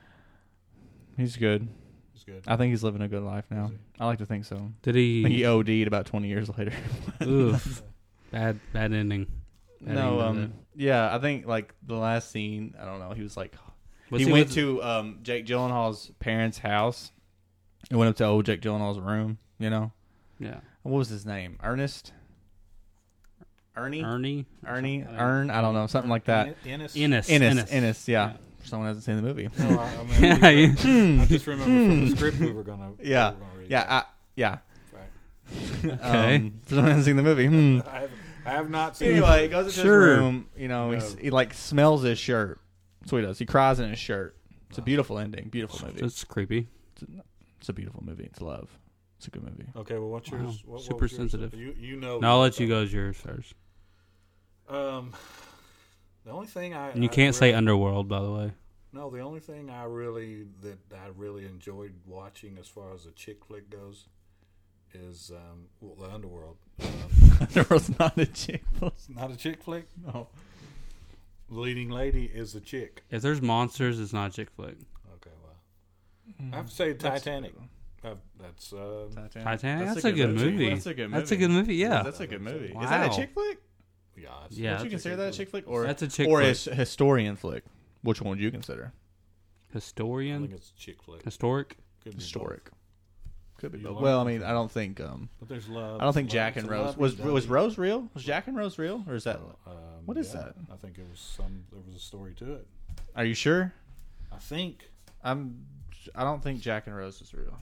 S4: he's good.
S2: It's good.
S4: I think he's living a good life now.
S2: Is he?
S4: I like to think so.
S3: Did
S4: I think he
S3: he?
S4: OD'd about twenty years later.
S3: Oof. Bad bad ending. That ain't
S4: no,
S3: no
S4: um,
S3: good.
S4: yeah, I think like the last scene, I don't know, he was like
S3: But
S4: he
S3: see,
S4: went
S3: with-
S4: to um, Jake Gyllenhaal's parents' house and went up to old Jake Gyllenhaal's room. You know,
S3: Yeah.
S4: And what was his name? Ernest, Ernie,
S3: Ernie.
S4: Ernie, Ern. I don't know, something like that.
S2: Ennis.
S3: Ennis.
S4: Ennis, Ennis, yeah. Someone hasn't seen the movie.
S2: No, I, I mean,
S3: Yeah, yeah.
S2: I just remember from the script we were gonna.
S4: yeah,
S2: we were gonna read.
S4: yeah, I, yeah.
S2: Right.
S3: Okay.
S4: Um, for someone who hasn't seen the movie. Hmm.
S2: I have, I have not seen.
S4: Anyway, he goes into
S3: Sure.
S4: his room. You know, he s he like smells his shirt. That's what he does. He cries in his shirt. It's a beautiful ending. Beautiful movie.
S3: That's creepy.
S4: It's a beautiful movie. It's love. It's a good movie.
S3: Oh.
S2: Okay, well, what's yours?
S3: Wow.
S2: What- what
S3: Super
S2: was yours?
S3: sensitive.
S2: You, you know.
S3: Now I'll let you go as yours first.
S2: Um, the only thing I
S3: And you
S2: I
S3: can't say
S2: really-
S3: Underworld, by the way.
S2: no. The only thing I really that I really enjoyed watching as far as a chick flick goes is um well, the Underworld. Um,
S4: there was not a chick.
S2: it's not a chick flick.
S4: No.
S2: Leading lady is a chick.
S3: If there's monsters, it's not a chick flick.
S2: Okay, well, I
S4: Hmm.
S2: have to say Titanic. Uh, that's um,
S3: Titanic. That's, a, good, movie.
S4: That's a good movie.
S3: That's a good movie. Yeah.
S4: That's a good movie.
S3: Wow.
S4: Is that a chick flick?
S2: yeah, it's-
S3: yeah.
S4: Would you
S3: that's
S4: consider that a chick flick? Or
S3: That's a chick
S4: or
S3: flick.
S4: a historian flick? Which one would you consider?
S3: a
S2: I think
S3: historian.
S2: it's chick flick.
S3: Historic.
S2: Could be
S4: Historic. Could be.
S2: You
S4: both.
S2: are-
S4: Well, I mean, I don't think um,
S2: both. But there's love.
S4: I don't think
S2: love,
S4: Jack and
S2: it's
S4: Rose
S2: love,
S4: was
S2: love.
S4: was Rose real? Was Jack and Rose real? Or is that?
S2: Um,
S4: What is that?
S2: I think it was some. There was a story to it.
S4: Are you sure?
S2: I think
S4: I'm. I don't think Jack and Rose is real.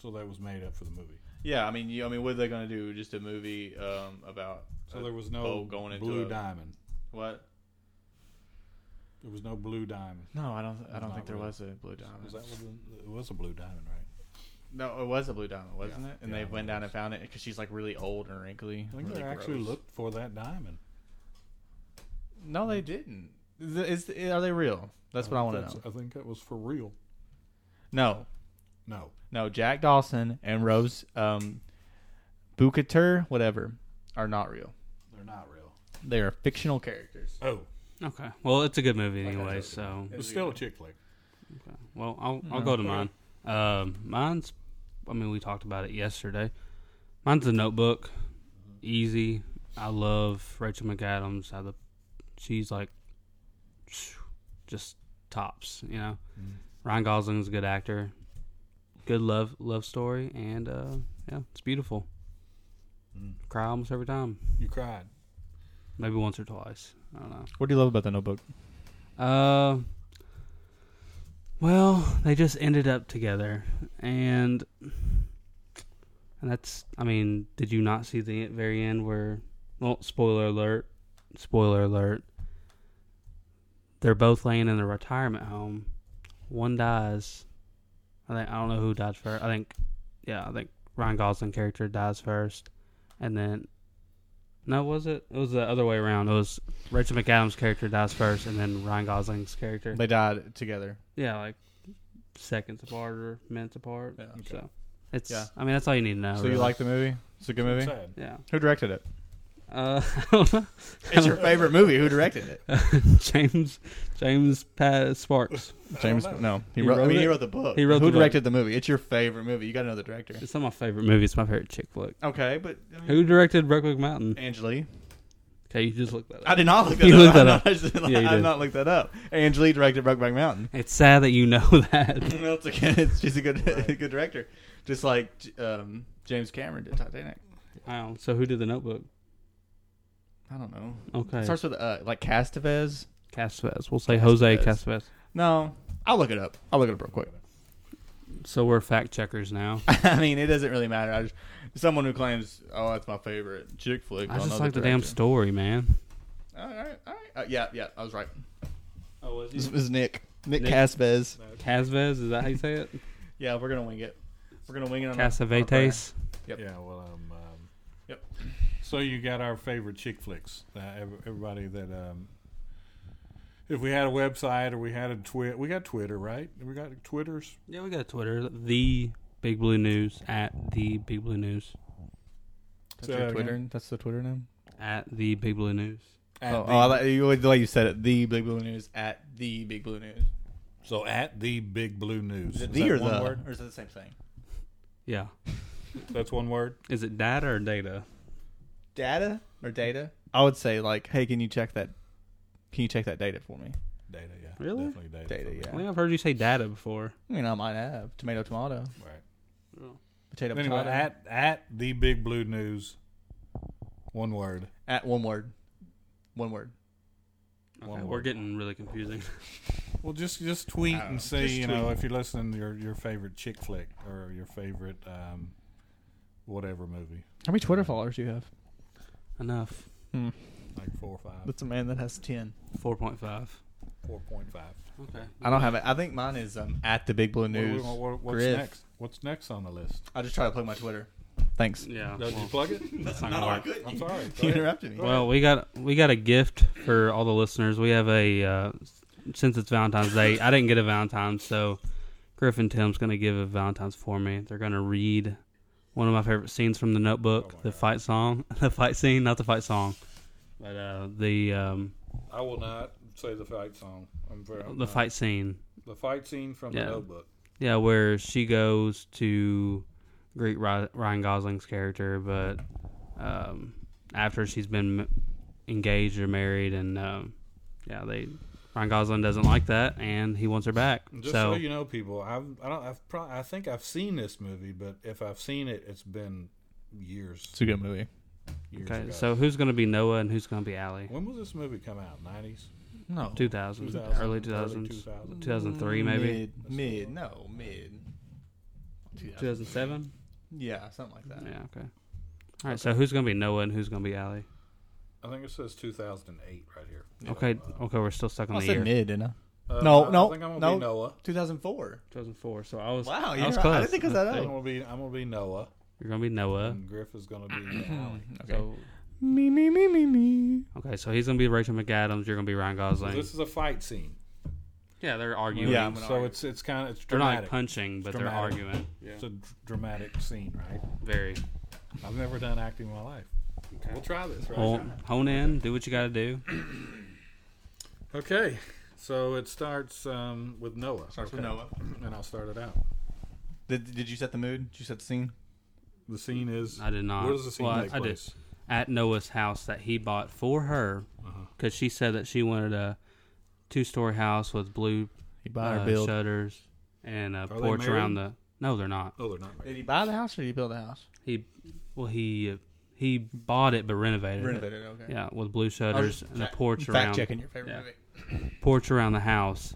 S2: so. That was made up for the movie.
S4: Yeah, I mean, you, I mean, what are they going to do? Just a movie um, about
S2: So there was no
S4: boat going into
S2: blue
S4: a-
S2: diamond.
S4: what?
S2: There was no blue diamond.
S4: No, I don't. I don't
S2: Not
S4: think there
S2: really.
S4: was a blue diamond.
S2: Was that what the- it was a blue diamond, right?
S4: No, it was a blue diamond, wasn't
S2: Yeah.
S4: it? And
S2: Yeah,
S4: they
S2: it
S4: went down and found it because she's like really old and wrinkly.
S2: I think
S4: really
S2: they actually
S4: gross.
S2: looked for that diamond.
S4: No, they didn't. Is, is- are they real? That's what I want to know.
S2: That's- I think that was for real.
S4: No,
S2: No,
S4: no. Jack Dawson and Rose um, Bukater, whatever, are not real.
S2: they're not real.
S4: They are fictional characters.
S2: Oh,
S3: Okay. Well, it's a good movie
S4: I
S3: anyway.
S4: told you.
S3: So,
S2: it was still a chick flick.
S3: well, I'll I'll go to mine. Um, mine's. I mean, we talked about it yesterday. Mine's The Notebook. Easy. I love Rachel McAdams. How the she's like, just tops. You know, Ryan Gosling's a good actor. Good love love story, and uh, yeah, it's beautiful. Cry almost every time.
S2: Mm. You cried.
S3: Maybe once or twice. I don't know.
S4: What do you love about the Notebook?
S3: Uh, well, they just ended up together, and and that's. I mean, did you not see the very end where? Well, spoiler alert! Spoiler alert! They're both laying in a retirement home. One dies. I think I don't know who died first. I think, yeah, I think Ryan Gosling character dies first, and then. No, was it? It was the other way around. It was Rachel McAdams' character dies first, and then Ryan Gosling's character.
S4: They died together.
S3: Yeah, like seconds apart or minutes apart.
S4: Yeah. Okay.
S3: So it's.
S4: Yeah.
S3: I mean, that's all you need to know.
S4: so
S3: really.
S4: you like the movie? It's a good movie.
S2: Sad.
S3: Yeah.
S4: Who directed it?
S3: Uh, I don't know.
S4: It's your favorite movie. Who directed it?
S3: James James Pat Sparks.
S4: James.
S2: know.
S4: No, he,
S3: He
S4: wrote. I
S3: wrote
S4: mean, he
S3: it?
S4: wrote the book.
S3: He wrote
S4: Who
S3: the book.
S4: directed the movie? It's your favorite movie. You got to know the director.
S3: It's not my favorite movie. It's my favorite chick flick.
S4: Okay, but I mean,
S3: Who directed Brokeback Mountain?
S4: Angelique.
S3: Okay, you just look that
S4: I
S3: up.
S4: did not look that
S3: You
S4: up.
S3: looked that
S4: I
S3: up.
S4: I just- I
S3: you
S4: did
S3: did.
S4: not look that up. Angelique directed Brokeback Mountain.
S3: It's sad that you know that.
S4: No, it's okay. It's- She's a good, a good director, just like um, James Cameron did Titanic.
S3: wow. So who did the Notebook?
S4: I don't know.
S3: Okay.
S4: It starts with uh, like Castavez.
S3: Cassavetes. We'll say Jose
S4: Cassavetes.
S3: Cassavetes.
S4: No, I'll look it up. I'll look it up real quick.
S3: So we're fact checkers now.
S4: I mean, it doesn't really matter. I just someone who claims, oh, that's my favorite chick flick.
S3: I
S4: I'll
S3: just
S4: know
S3: like the damn
S4: director.
S3: story, man.
S4: All right, all right. Uh, yeah, yeah, I was right.
S3: Oh, was
S4: This was Nick. Nick,
S3: Nick.
S4: Castavez.
S3: Cassavetes? Is that how you say it?
S4: Yeah, we're gonna wing it. We're gonna wing it. on our-
S3: Cassavetes.
S4: Yep.
S2: Yeah, well, um, um,
S4: Yep.
S2: So you got our favorite chick flicks. Uh, ev- everybody that, um, if we had a website or we had a twit, we got Twitter, right? We got Twitters.
S3: Yeah, we got Twitter. The Big Blue News at the Big Blue News
S4: That's
S2: Say
S4: your
S2: that
S4: Twitter.
S2: again.
S4: That's the Twitter name.
S3: at the Big Blue News.
S2: At
S4: oh,
S2: the-
S4: oh, I like you, the way you said it. The Big Blue News at the Big Blue News.
S2: so at the Big Blue News.
S4: Is
S2: Is
S4: it the
S2: that
S4: or
S2: one
S4: the?
S2: word?
S4: Or is it the same thing?
S3: Yeah.
S2: That's one word.
S3: Is it data or data?
S4: Data or data? I would say like, hey, can you check that? Can you check that data for me?
S2: Data, yeah.
S3: Really?
S2: Definitely data. for
S4: Data,
S2: me.
S3: I
S4: yeah.
S3: think I've heard you say data before.
S4: I mean, I might have tomato, tomato,
S2: Right.
S4: potato,
S2: Anyway,
S4: potato.
S2: at at the Big Blue News, one word.
S4: at one word, one word.
S3: Okay,
S2: One
S3: we're
S2: word.
S3: getting really confusing.
S2: Well, just just tweet
S4: Oh,
S2: and say
S4: just
S2: you know
S4: tweet.
S2: if you're listening to your your favorite chick flick or your favorite um, whatever movie,
S4: How many Twitter followers do you have?
S3: Enough.
S2: like four or five,
S4: That's a man that has ten.
S3: Four point five.
S2: four point five.
S3: Okay.
S4: I don't have it. I think mine is um, at the Big Blue News.
S2: What, what- what's
S4: Griff.
S2: next? What's next on the list?
S4: I just try to plug my Twitter. Thanks.
S3: Yeah.
S2: Did you
S3: Well,
S2: plug it?
S3: that's not gonna work.
S4: couldn't.
S2: I'm sorry. Go
S4: You
S2: ahead.
S4: interrupted me.
S3: Well, we got we got a gift for all the listeners. We have a uh, since it's Valentine's Day. I didn't get a Valentine's, so Griff and Tim's gonna give a Valentine's for me. They're gonna read one of my favorite scenes from The Notebook,
S2: Oh
S3: the fight song, the fight scene, not the fight song, but uh, the um,
S2: I will not say the fight song. I'm very, I'm
S3: the
S2: not-
S3: fight scene.
S2: the fight scene from
S3: Yeah.
S2: the Notebook.
S3: Yeah, where she goes to greet Ry- Ryan Gosling's character, but um, after she's been m- engaged or married, and um, yeah, they Ryan Gosling doesn't like that, and he wants her back.
S2: Just so,
S3: so
S2: you know, people, I've I don't I've pro- I think I've seen this movie, but if I've seen it, it's been years.
S4: It's a good movie.
S2: years
S3: okay,
S2: ago.
S3: so who's gonna be Noah and who's gonna be Allie?
S2: when was this movie come out? Nineties,
S4: No.
S3: 2000, early 2000s,
S2: 2000.
S3: 2003 maybe,
S4: Mid. Mid. No, mid. 2000.
S3: 2007.
S4: Yeah, something like that.
S3: Yeah, okay. All right, so who's gonna be Noah and who's gonna be Allie?
S2: I think it says 2008 right here.
S3: Okay, okay, we're still stuck on
S4: I
S3: the
S4: said
S3: year.
S4: mid, didn't I?
S2: Uh,
S4: No,
S2: I,
S4: no,
S2: I think I'm gonna
S4: no.
S2: be Noah.
S4: 2004.
S3: 2004. So I was
S4: Wow,
S3: I
S4: you're
S3: was
S4: right.
S3: close.
S4: I didn't think of that
S2: I'm
S4: out.
S2: gonna be I'm gonna be Noah,
S3: You're gonna be Noah.
S2: and Griff is gonna be Allie.
S3: So
S4: Me, me, me, me, me.
S3: Okay, so he's gonna be Rachel McAdams. You're gonna be Ryan Gosling.
S2: This is a fight scene,
S3: yeah, they're arguing.
S4: Yeah, I'm
S2: so
S4: gonna argue.
S2: it's it's kind of it's
S3: they're not
S2: dramatic.
S3: like, punching, but they're
S2: Dramatic.
S3: arguing.
S2: It's a dr- dramatic scene, right?
S3: Very.
S2: I've never done acting in my life. We'll try this. Right?
S3: Hone, hone in. Do what you gotta do.
S2: Okay, so it starts um, with Noah.
S4: Starts with
S2: Okay.
S4: Noah.
S2: and I'll start it out.
S4: Did, did you set the mood? Did you set the scene?
S2: The scene is
S3: I did not.
S2: Where does the scene
S3: Well, I-
S2: take
S3: I did.
S2: place?
S3: At Noah's house that he bought for her,
S2: Uh-huh.
S3: because she said that she wanted a two-story house with blue
S4: He
S3: uh, shutters and a
S2: they
S3: porch around the. No, they're not.
S2: Oh, they're not.
S4: Did
S2: Married.
S4: he buy the house or did he build the house?
S3: He, well, he he bought it but renovated,
S4: Renovated. Okay.
S3: it. Yeah, with blue shutters and a porch
S4: Fact
S3: around.
S4: checking your favorite
S3: Yeah.
S4: movie.
S3: porch around the house.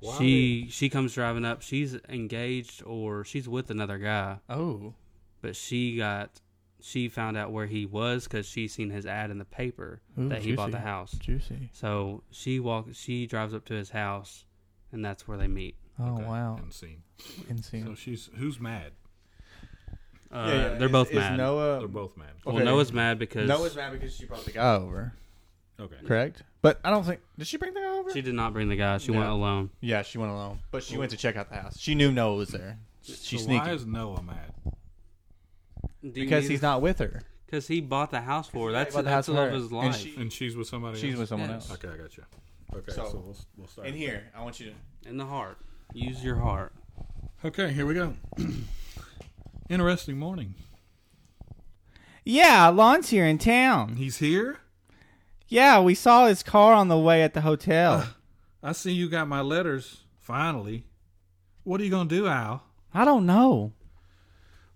S2: Why?
S3: She she comes driving up. She's engaged or she's with another guy,
S4: Oh.
S3: but she got she found out where he was because she seen his ad in the paper
S4: Ooh,
S3: that he bought the
S4: Oh, juicy.
S3: house.
S4: Juicy.
S3: So she walk she drives up to his house, and that's where they meet.
S4: Oh,
S2: Okay,
S4: wow.
S2: End scene.
S4: Insane.
S2: So she's who's mad?
S3: Uh, They're both mad.
S4: Noah,
S2: They're both mad.
S3: well,
S4: okay.
S3: Noah's mad because
S4: Noah's mad because she brought the guy over.
S2: Okay.
S4: Correct? But I don't think. Did she bring the guy over?
S3: she Oh. did not bring the guy. She went
S4: Yeah.
S3: alone.
S4: yeah, she went alone. But she went to check out the house. She knew Noah was there. She
S2: so
S4: sneaky.
S2: why is Noah mad?
S4: because he's not with her.
S3: because he bought the house for her. That's
S4: bought the
S3: that's the love
S4: house
S3: of
S4: for her.
S3: his
S4: And
S3: life.
S4: she-
S2: And she's with somebody.
S4: She's
S2: else?
S4: with someone
S3: Yes.
S4: else.
S2: Okay, I got you. Okay, so,
S4: So-
S2: we'll we'll start
S4: And here, I want you to.
S3: In the heart, use your heart.
S2: Okay, here we go. Interesting morning.
S5: Yeah, Lon's here in town.
S2: He's here.
S5: Yeah, we saw his car on the way at the hotel.
S2: I see you got my letters finally. What are you gonna do, Al?
S5: I don't know.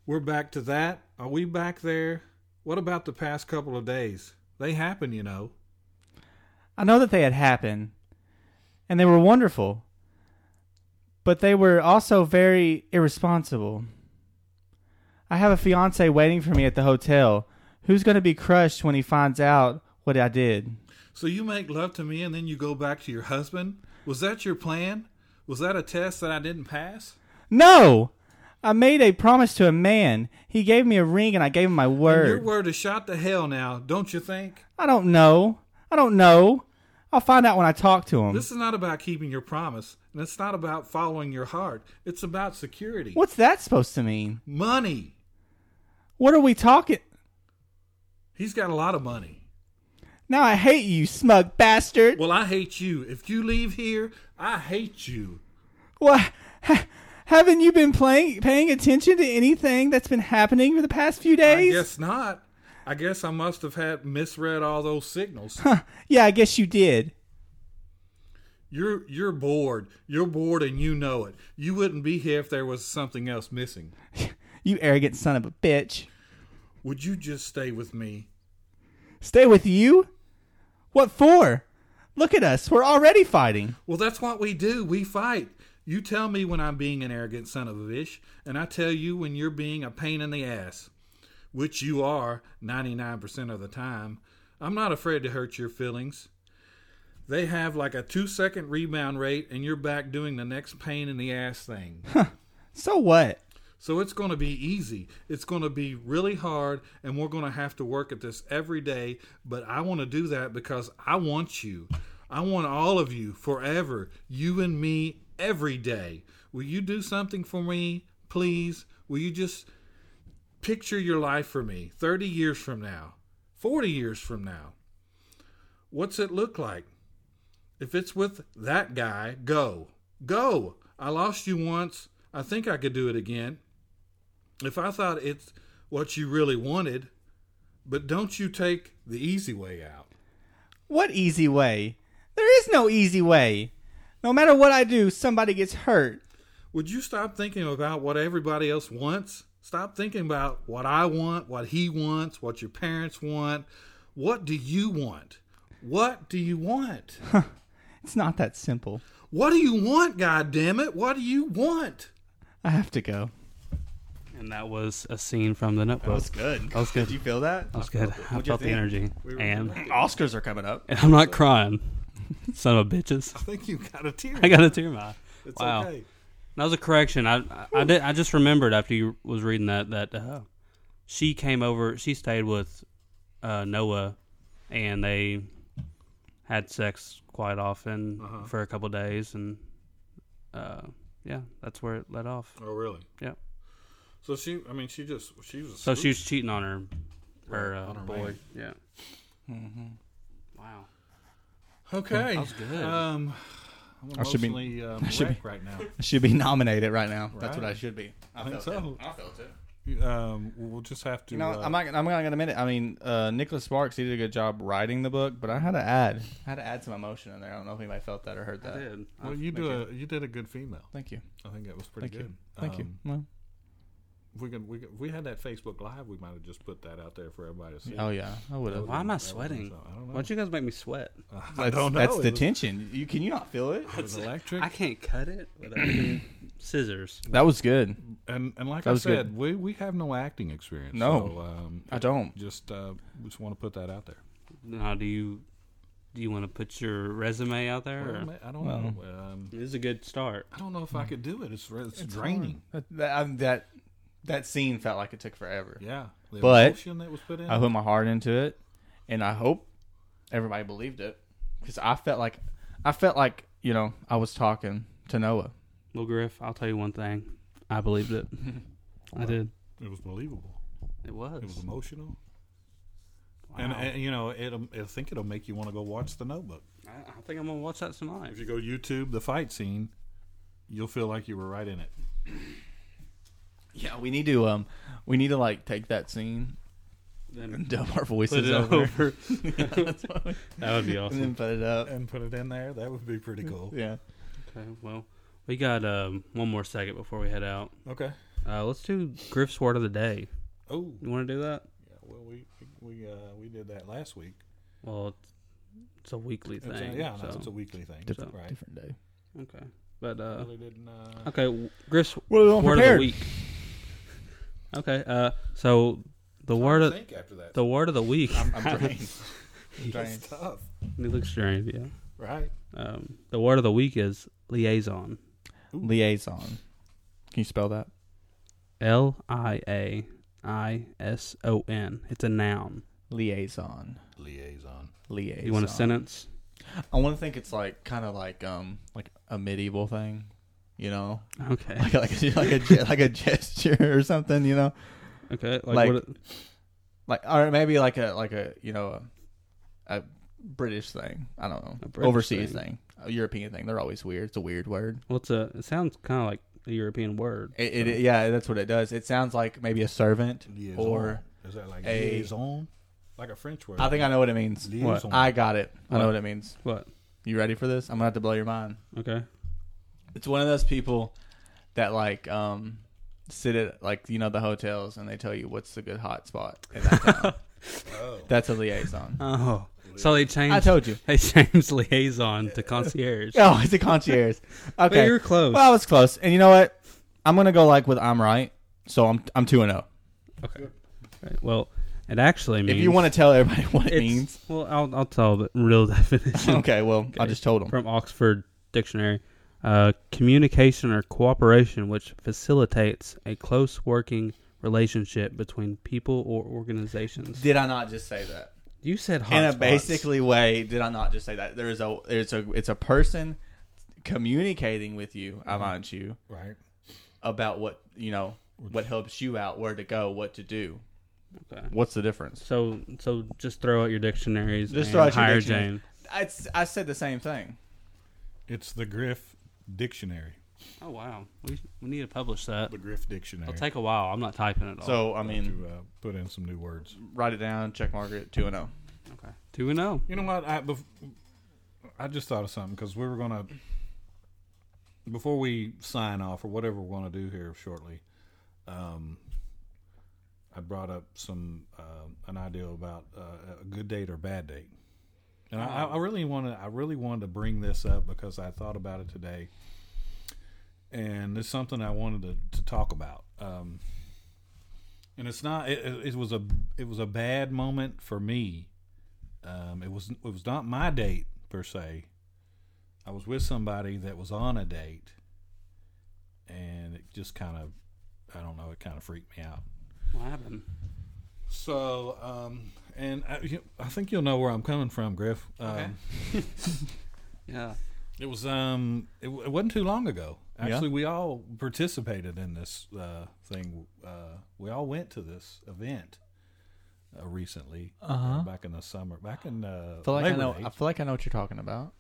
S2: We're back to that. Are we back there? What about the past couple of days? They happen, you know.
S5: I know that they had happened, and they were wonderful, but they were also very irresponsible. I have a fiance waiting for me at the hotel who's going to be crushed when he finds out what I did.
S2: So you make love to me and then you go back to your husband? Was that your plan? Was that a test that I didn't pass?
S5: No! I made a promise to a man. He gave me a ring and I gave him my
S2: And
S5: word.
S2: Your word is shot to hell now, don't you think?
S5: I don't know. I don't know. I'll find out when I talk to
S4: Um.
S5: him.
S2: This is not about keeping your promise, and it's not about following your heart. It's about security.
S5: What's that supposed to mean?
S2: Money.
S5: What are we talking?
S2: He's got a lot of money.
S5: Now I hate you, smug bastard.
S2: Well, I hate you. If you leave here, I hate you.
S5: What? Ha- haven't you been playing, paying attention to anything that's been happening for the past few
S2: I
S5: days?
S2: guess not. I guess I must have had misread all those signals.
S5: Yeah, I guess you did.
S2: You're you're bored. You're bored, and you know it. You wouldn't be here if there was something else missing.
S5: You arrogant son of a bitch.
S2: Would you just stay with me?
S5: Stay with you? What for? Look at us. We're already fighting.
S2: Well, that's what we do. We fight. You tell me when I'm being an arrogant son of a bitch, and I tell you when you're being a pain in the ass, which you are 99% of the time. I'm not afraid to hurt your feelings. They have like a two second rebound rate, and you're back doing the next pain in the ass thing.
S5: So what?
S2: So it's going to be easy. It's going to be really hard, and we're going to have to work at this every day. But I want to do that because I want you. I want all of you forever, you and me, every day. Will you do something for me, please? Will you just picture your life for me 30 years from now, 40 years from now? What's it look like? If it's with that guy, go. Go. I lost you once. I think I could do it again. If I thought it's what you really wanted, but don't you take the easy way out.
S5: What easy way? There is no easy way. No matter what I do, somebody gets hurt.
S2: Would you stop thinking about what everybody else wants? Stop thinking about what I want, what he wants, what your parents want. What do you want? What do you want?
S5: It's not that simple.
S2: what do you want, God damn it? What do you want?
S5: I have to go.
S3: And that was a scene from the Notebook.
S4: That was good.
S3: That was good.
S4: Did you feel that?
S3: That was good. I
S4: What'd you
S3: felt the
S4: think?
S3: energy. And,
S4: Oscars are coming up.
S3: and I'm not crying. Son of bitches.
S2: I think you got a tear.
S3: I got a tear in my eye.
S2: it's
S3: wow.
S2: okay.
S3: That was a correction. I I, I did. I just remembered after you was reading that that uh, she came over. She stayed with uh, Noah, and they had sex quite often
S2: Uh-huh.
S3: for a couple of days, and uh, yeah, that's where it let off.
S2: Oh, really?
S3: Yeah.
S2: So she, I mean, she just, she was. a
S3: So she
S2: spook.
S3: was cheating on her her, uh,
S2: On her
S3: boy.
S2: man. Mm-hmm.
S3: Yeah. Wow.
S2: Okay. That was
S3: good.
S2: Um, I'm
S4: I should be-
S2: emotionally um,
S4: should be-
S2: wrecked right now.
S4: I should be nominated right now. That's
S2: Right.
S4: what I should be. I,
S2: think
S4: felt
S2: so.
S4: It. I felt it.
S2: Um, we'll just have to.
S4: You know,
S2: uh,
S4: I'm not. I'm not gonna admit it. I mean, uh, Nicholas Sparks he did a good job writing the book, but I had to add. I had to add some emotion in there. I don't know if anybody felt that or heard that.
S3: I did.
S2: well, you do a, you did a good female.
S4: Thank you.
S2: I think that was pretty
S4: Thank
S2: good.
S4: you. Thank you.
S2: Um,
S4: Well,
S2: If we can, we could, if we had that Facebook Live. We might have just put that out there for everybody to see.
S4: oh yeah, I would have.
S3: Why am I
S2: That would've been
S3: sweating?
S2: something. I don't know.
S3: Why don't you guys make me sweat?
S4: That's,
S2: don't know.
S4: That's the
S2: It was-
S4: tension. You can you not feel it?
S2: It was electric.
S3: I can't cut it with a- scissors.
S4: That was good.
S2: and and like
S4: That
S2: I
S4: was good.
S2: said, we we have no acting experience.
S4: No.
S2: so, um,
S4: I don't.
S2: just uh, just want to put that out there.
S3: Now, do you do you want to put your resume out there? or-
S2: Well, I don't know. Um,
S3: This is a good start.
S2: I don't know if I could do it. It's re- it's, draining.
S4: That that, um, that that scene felt like it took forever.
S2: Yeah, the
S4: But-
S2: emotion that was put in.
S4: I put my heart into it, and I hope everybody believed it because I felt like I felt like you know I was talking to Noah.
S3: Well, Griff, I'll tell you one thing. I believed it. I did.
S2: it was believable.
S3: It was.
S2: It was emotional. And, and you know, it'll, I think it'll make you want to go watch The Notebook.
S3: I, I think I'm gonna watch that tonight.
S2: If you go YouTube the fight scene, you'll feel like you were right in it.
S4: Yeah, we need to um we need to like take that scene and
S3: Then
S4: dub our
S3: put
S4: voices
S3: it
S4: over,
S3: over.
S4: That's what we-
S3: that would be
S4: and then
S3: awesome.
S4: put it up.
S2: And put it in there. That would be pretty cool.
S4: Yeah,
S3: Okay. Well, we got um, one more second before we head out.
S2: Okay.
S3: Uh, let's do Griff's word of the day.
S2: Oh,
S3: You want to do that?
S2: yeah, well, we we uh, we did that last week.
S3: Well, it's, it's a weekly
S2: It's a-
S3: thing.
S2: yeah, no,
S3: so-
S2: it's a weekly thing.
S3: Different-
S2: right?
S4: different day.
S3: okay. But uh,
S2: Really didn't. Uh,
S3: okay, w- Griff's
S4: Well,
S3: word of the week. Okay. Uh, so the word of
S2: think after that.
S3: the word of the week.
S4: I'm drained.
S2: It's tough,
S3: He looks drained. Yeah.
S2: right?
S3: Um, the word of the week is liaison.
S4: Liaison. Can you spell that?
S3: L I A I S O N. It's a noun.
S4: Liaison.
S2: Liaison.
S4: Liaison.
S3: You want a sentence?
S4: I want to think it's like kind of like um like a medieval thing, you know,
S3: Okay.
S4: like like a, like a ge- like a gesture or something, you know,
S3: okay. Like,
S4: like-
S3: what?
S4: like or maybe like a like a you know a, a British thing. I don't know,
S3: A British
S4: overseas
S3: thing.
S4: thing. a European thing. They're always weird. It's a weird word.
S3: What's a? It sounds kind of like a European word.
S4: It, it, yeah, that's what it does. It sounds like maybe a servant
S2: Liaison.
S4: or
S2: is that like
S4: a-
S2: liaison? Like a French word?
S4: I think I know what it means.
S2: Liaison.
S4: I got it. I
S3: What?
S4: know what it means.
S3: What?
S4: You ready for this? I'm gonna have to blow your mind.
S3: Okay.
S4: It's one of those people that like um sit at like you know the hotels and they tell you what's the good hot spot in that town. That's a liaison.
S3: Oh, so they changed.
S4: I told you.
S3: They changed liaison to concierge.
S4: Oh, it's a concierge. Okay,
S3: you're close.
S4: Well, I was close, and you know what? I'm gonna go like with I'm right. So I'm I'm two and zero.
S3: Okay. Right, well, it actually means
S4: If you want to tell everybody what it
S3: it's-
S4: means,
S3: Well, I'll I'll tell the real definition
S4: okay. Well, I just told them.
S3: from Oxford Dictionary. Uh, communication or cooperation which facilitates a close working relationship between people or organizations.
S4: Did I not just say that?
S3: You said hot
S4: in a basically way did i not just say that there is a there's a it's a person communicating with you i mind you
S2: Right.
S4: about what you know what helps you out where to go what to do
S3: Okay.
S4: what's the difference
S3: So so just throw out your dictionaries.
S4: Just
S3: and
S4: throw out your
S3: hire
S4: dictionary.
S3: Jane.
S4: I, I said the same thing
S2: It's the Griff Dictionary.
S3: Oh wow, we we need to publish that.
S2: The Griff Dictionary.
S3: It'll take a while. I'm not typing it all.
S4: so Oh, i mean
S2: to uh, put in some new words.
S4: write it down check mark it 2 and oh. 0
S3: okay, two and zero.
S2: You know what? I bef- I just thought of something because we were gonna before we sign off or whatever we're gonna do here shortly. Um, I brought up some uh, an idea about uh, a good date or bad date, and I, I really wanted I really wanted to bring this up because I thought about it today, and it's something I wanted to, to talk about. Um, and it's not. It, it it was a it was a bad moment for me um, it was it was not my date per se. I was with somebody that was on a date, and it just kind of, I don't know, it kind of freaked me out.
S3: What happened?
S2: So, um, and I, you- I think you'll know where I'm coming from, Griff. Um,
S4: Okay.
S3: Yeah.
S2: It was um, it, w- it wasn't too long ago. Actually, we all participated in this uh, thing. Uh, we all went to this event uh, recently, uh back in the summer, back in uh,
S4: i Uh-huh. feel like i
S2: Labor
S4: know
S2: Day.
S4: i feel like i know what you're talking about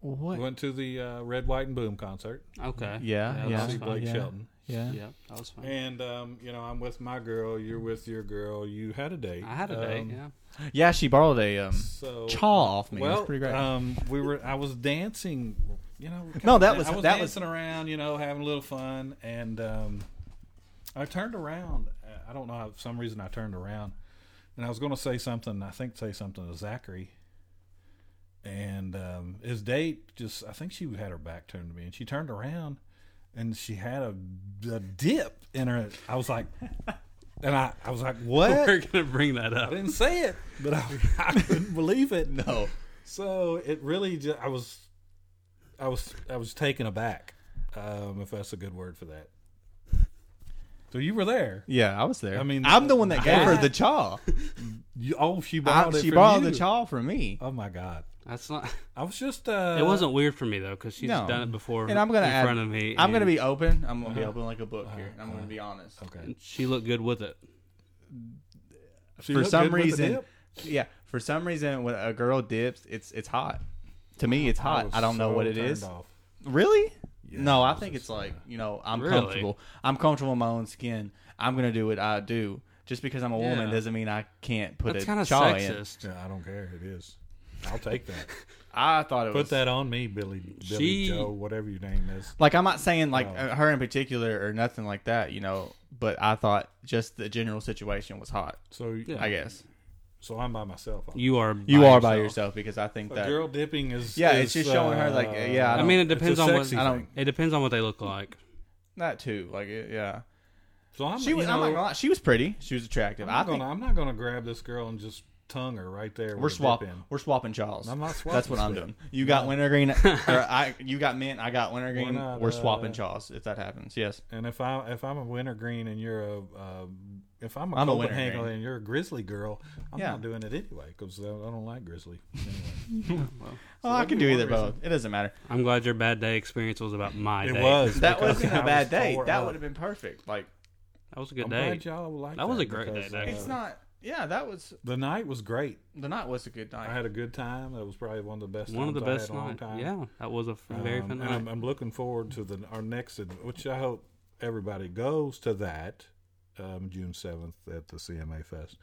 S4: what
S2: We went to the uh, Red, White, and Boom concert.
S3: Okay.
S4: yeah
S3: that
S4: yeah
S3: was
S2: see
S3: fine.
S2: Blake
S4: yeah.
S2: Shelton.
S4: yeah
S3: Yeah, that was fine.
S2: And um, you know, I'm with my girl. You're with your girl. You had a date.
S3: I had a date.
S2: Um,
S3: Yeah.
S4: yeah she borrowed a um
S2: So
S4: chaw off me
S2: well,
S4: that's pretty great
S2: Um, we were. I was dancing. You know. kinda
S4: No, that
S2: dan-
S4: was-
S2: I was
S4: that was-
S2: dancing around. You know, having a little fun. And um, I turned around. I don't know. how- For some reason, I turned around, and I was going to say something. I think say something to Zachary. And um, his date just. I think she had her back turned to me, and she turned around, and she had a, a dip in her. I was like. And I, I was like, what?
S3: We're gonna bring that
S2: I
S3: up.
S2: didn't say it, but I, I couldn't believe it.
S4: no
S2: So it really, just, I was, I was, I was taken aback, um, if that's a good word for that. So you were there.
S4: yeah i was there
S2: I mean,
S4: i'm the one that gave her
S2: I-
S4: the chaw
S2: You, oh, she
S4: I,
S2: borrowed it.
S4: she
S2: from
S4: borrowed
S2: you.
S4: the chaw from me
S2: Oh my god,
S3: That's not.
S2: I was just. Uh,
S3: It wasn't weird for me though, because she's
S4: No.
S3: done it before.
S4: and I'm gonna
S3: in
S4: add,
S3: front of me.
S4: I'm
S3: and-
S4: gonna be open. I'm gonna be open like a book here. And I'm gonna be honest.
S2: Uh-huh. Okay.
S3: and she looked good with it.
S2: She
S4: for
S2: looked
S4: some
S2: good with the
S4: reason,
S2: dip.
S4: yeah. For some reason, when a girl dips, it's it's hot. To me, it's hot.
S2: was
S4: I, don't know
S2: Oh, so
S4: what it
S2: turned
S4: is.
S2: off.
S4: Really? no,
S2: I
S4: I
S2: was
S4: think
S2: just-
S4: it's like you know I'm
S3: Really?
S4: comfortable. I'm comfortable in my own skin. I'm gonna do what I do. Just because I'm a woman
S3: Yeah.
S4: doesn't mean I can't put
S3: That's
S4: a
S3: kind of
S4: chaw in.
S3: sexist.
S2: Yeah, I don't care. It is. I'll take that.
S4: I thought it
S2: Put
S4: was
S2: that on me, Billy. Billy
S3: She-
S2: Joe, whatever your name is.
S4: like I'm not saying like uh her in particular or nothing like that. You know, but I thought just the general situation was hot.
S2: So
S3: Yeah.
S4: I guess
S2: So I'm by myself.
S3: You are.
S4: you
S3: by
S4: are by
S3: yourself.
S4: yourself because I think
S2: A
S4: that
S2: girl dipping is
S4: Yeah,
S2: is, uh,
S4: it's just showing her, like, yeah, I
S3: I mean, it
S2: it's a
S3: depends on what.
S2: sexy
S4: I don't-
S2: thing.
S3: It depends on what they look like.
S4: Not too. Like, it- yeah.
S2: So I'm,
S4: She was,
S2: you know,
S4: I'm not gonna lie, she was pretty. She was attractive.
S2: I'm
S4: I
S2: not
S4: think
S2: gonna, I'm not gonna grab this girl and just tongue her right there.
S4: we're
S2: with a dip in.
S4: swapping. We're swapping Charles.
S2: I'm not swapping
S4: That's what I'm
S2: shit.
S4: doing. You got wintergreen, or I. You got mint. I got wintergreen.
S2: We're not,
S4: we're
S2: uh,
S4: swapping Charles if that happens. Yes.
S2: And if I if I'm a wintergreen and you're a uh, if I'm a
S4: I'm a
S2: Copenhagen
S4: wintergreen.
S2: and you're a grizzly girl, I'm
S4: Yeah.
S2: not doing it anyway because I don't like grizzly.
S4: Oh, I can do either both. It doesn't matter.
S3: I'm glad your bad day experience was about my.
S2: It
S3: day.
S2: was
S4: That
S2: because
S4: wasn't
S2: I
S4: a
S2: was
S4: bad day.
S2: tore
S4: That
S2: up.
S4: would have been perfect. Like
S3: That was a good
S2: I'm
S3: day.
S2: glad y'all liked
S3: That was a great
S2: because,
S3: day,
S2: uh,
S3: actually.
S4: it's not. Yeah, that was
S2: The night was great.
S4: the night was a good night.
S2: I had a good time. That was probably one of the best.
S3: One of the
S2: times I
S3: best
S2: had in a long
S3: nights.
S2: time.
S3: Yeah, that was a f- very
S2: Um,
S3: fun
S2: and I'm,
S3: night.
S2: I'm looking forward to the our next, ad- which I hope everybody goes to that um, June 7th at the CMA Fest.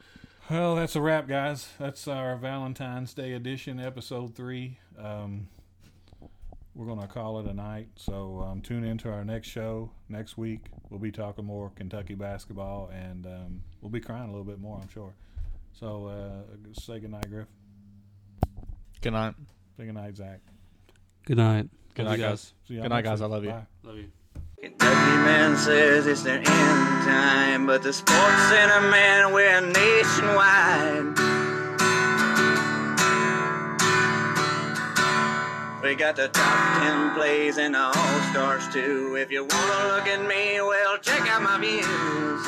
S2: Well, that's a wrap, guys. That's our Valentine's Day edition, episode three. Um, we're going to call it a night. So um, tune in to our next show next week. We'll be talking more Kentucky basketball, and um, we'll be crying a little bit more, I'm sure. So uh, say goodnight, Griff.
S4: Good night.
S2: Say goodnight, Zach.
S3: Good night.
S4: Good
S3: Love
S4: night,
S3: you
S2: See y'all
S4: Good night,
S2: next
S4: guys.
S2: week.
S4: I love you.
S2: Bye.
S3: Love you.
S6: Kentucky man says it's their end time, but the Sports Center man, we're nationwide. We got the top ten plays and the All Stars too. If you wanna look at me, well check out my views.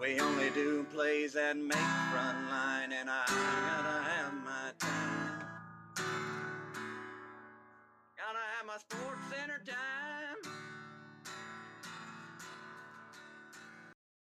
S6: We only do plays that make front line, and I gotta have my time. Gotta have my sports center time.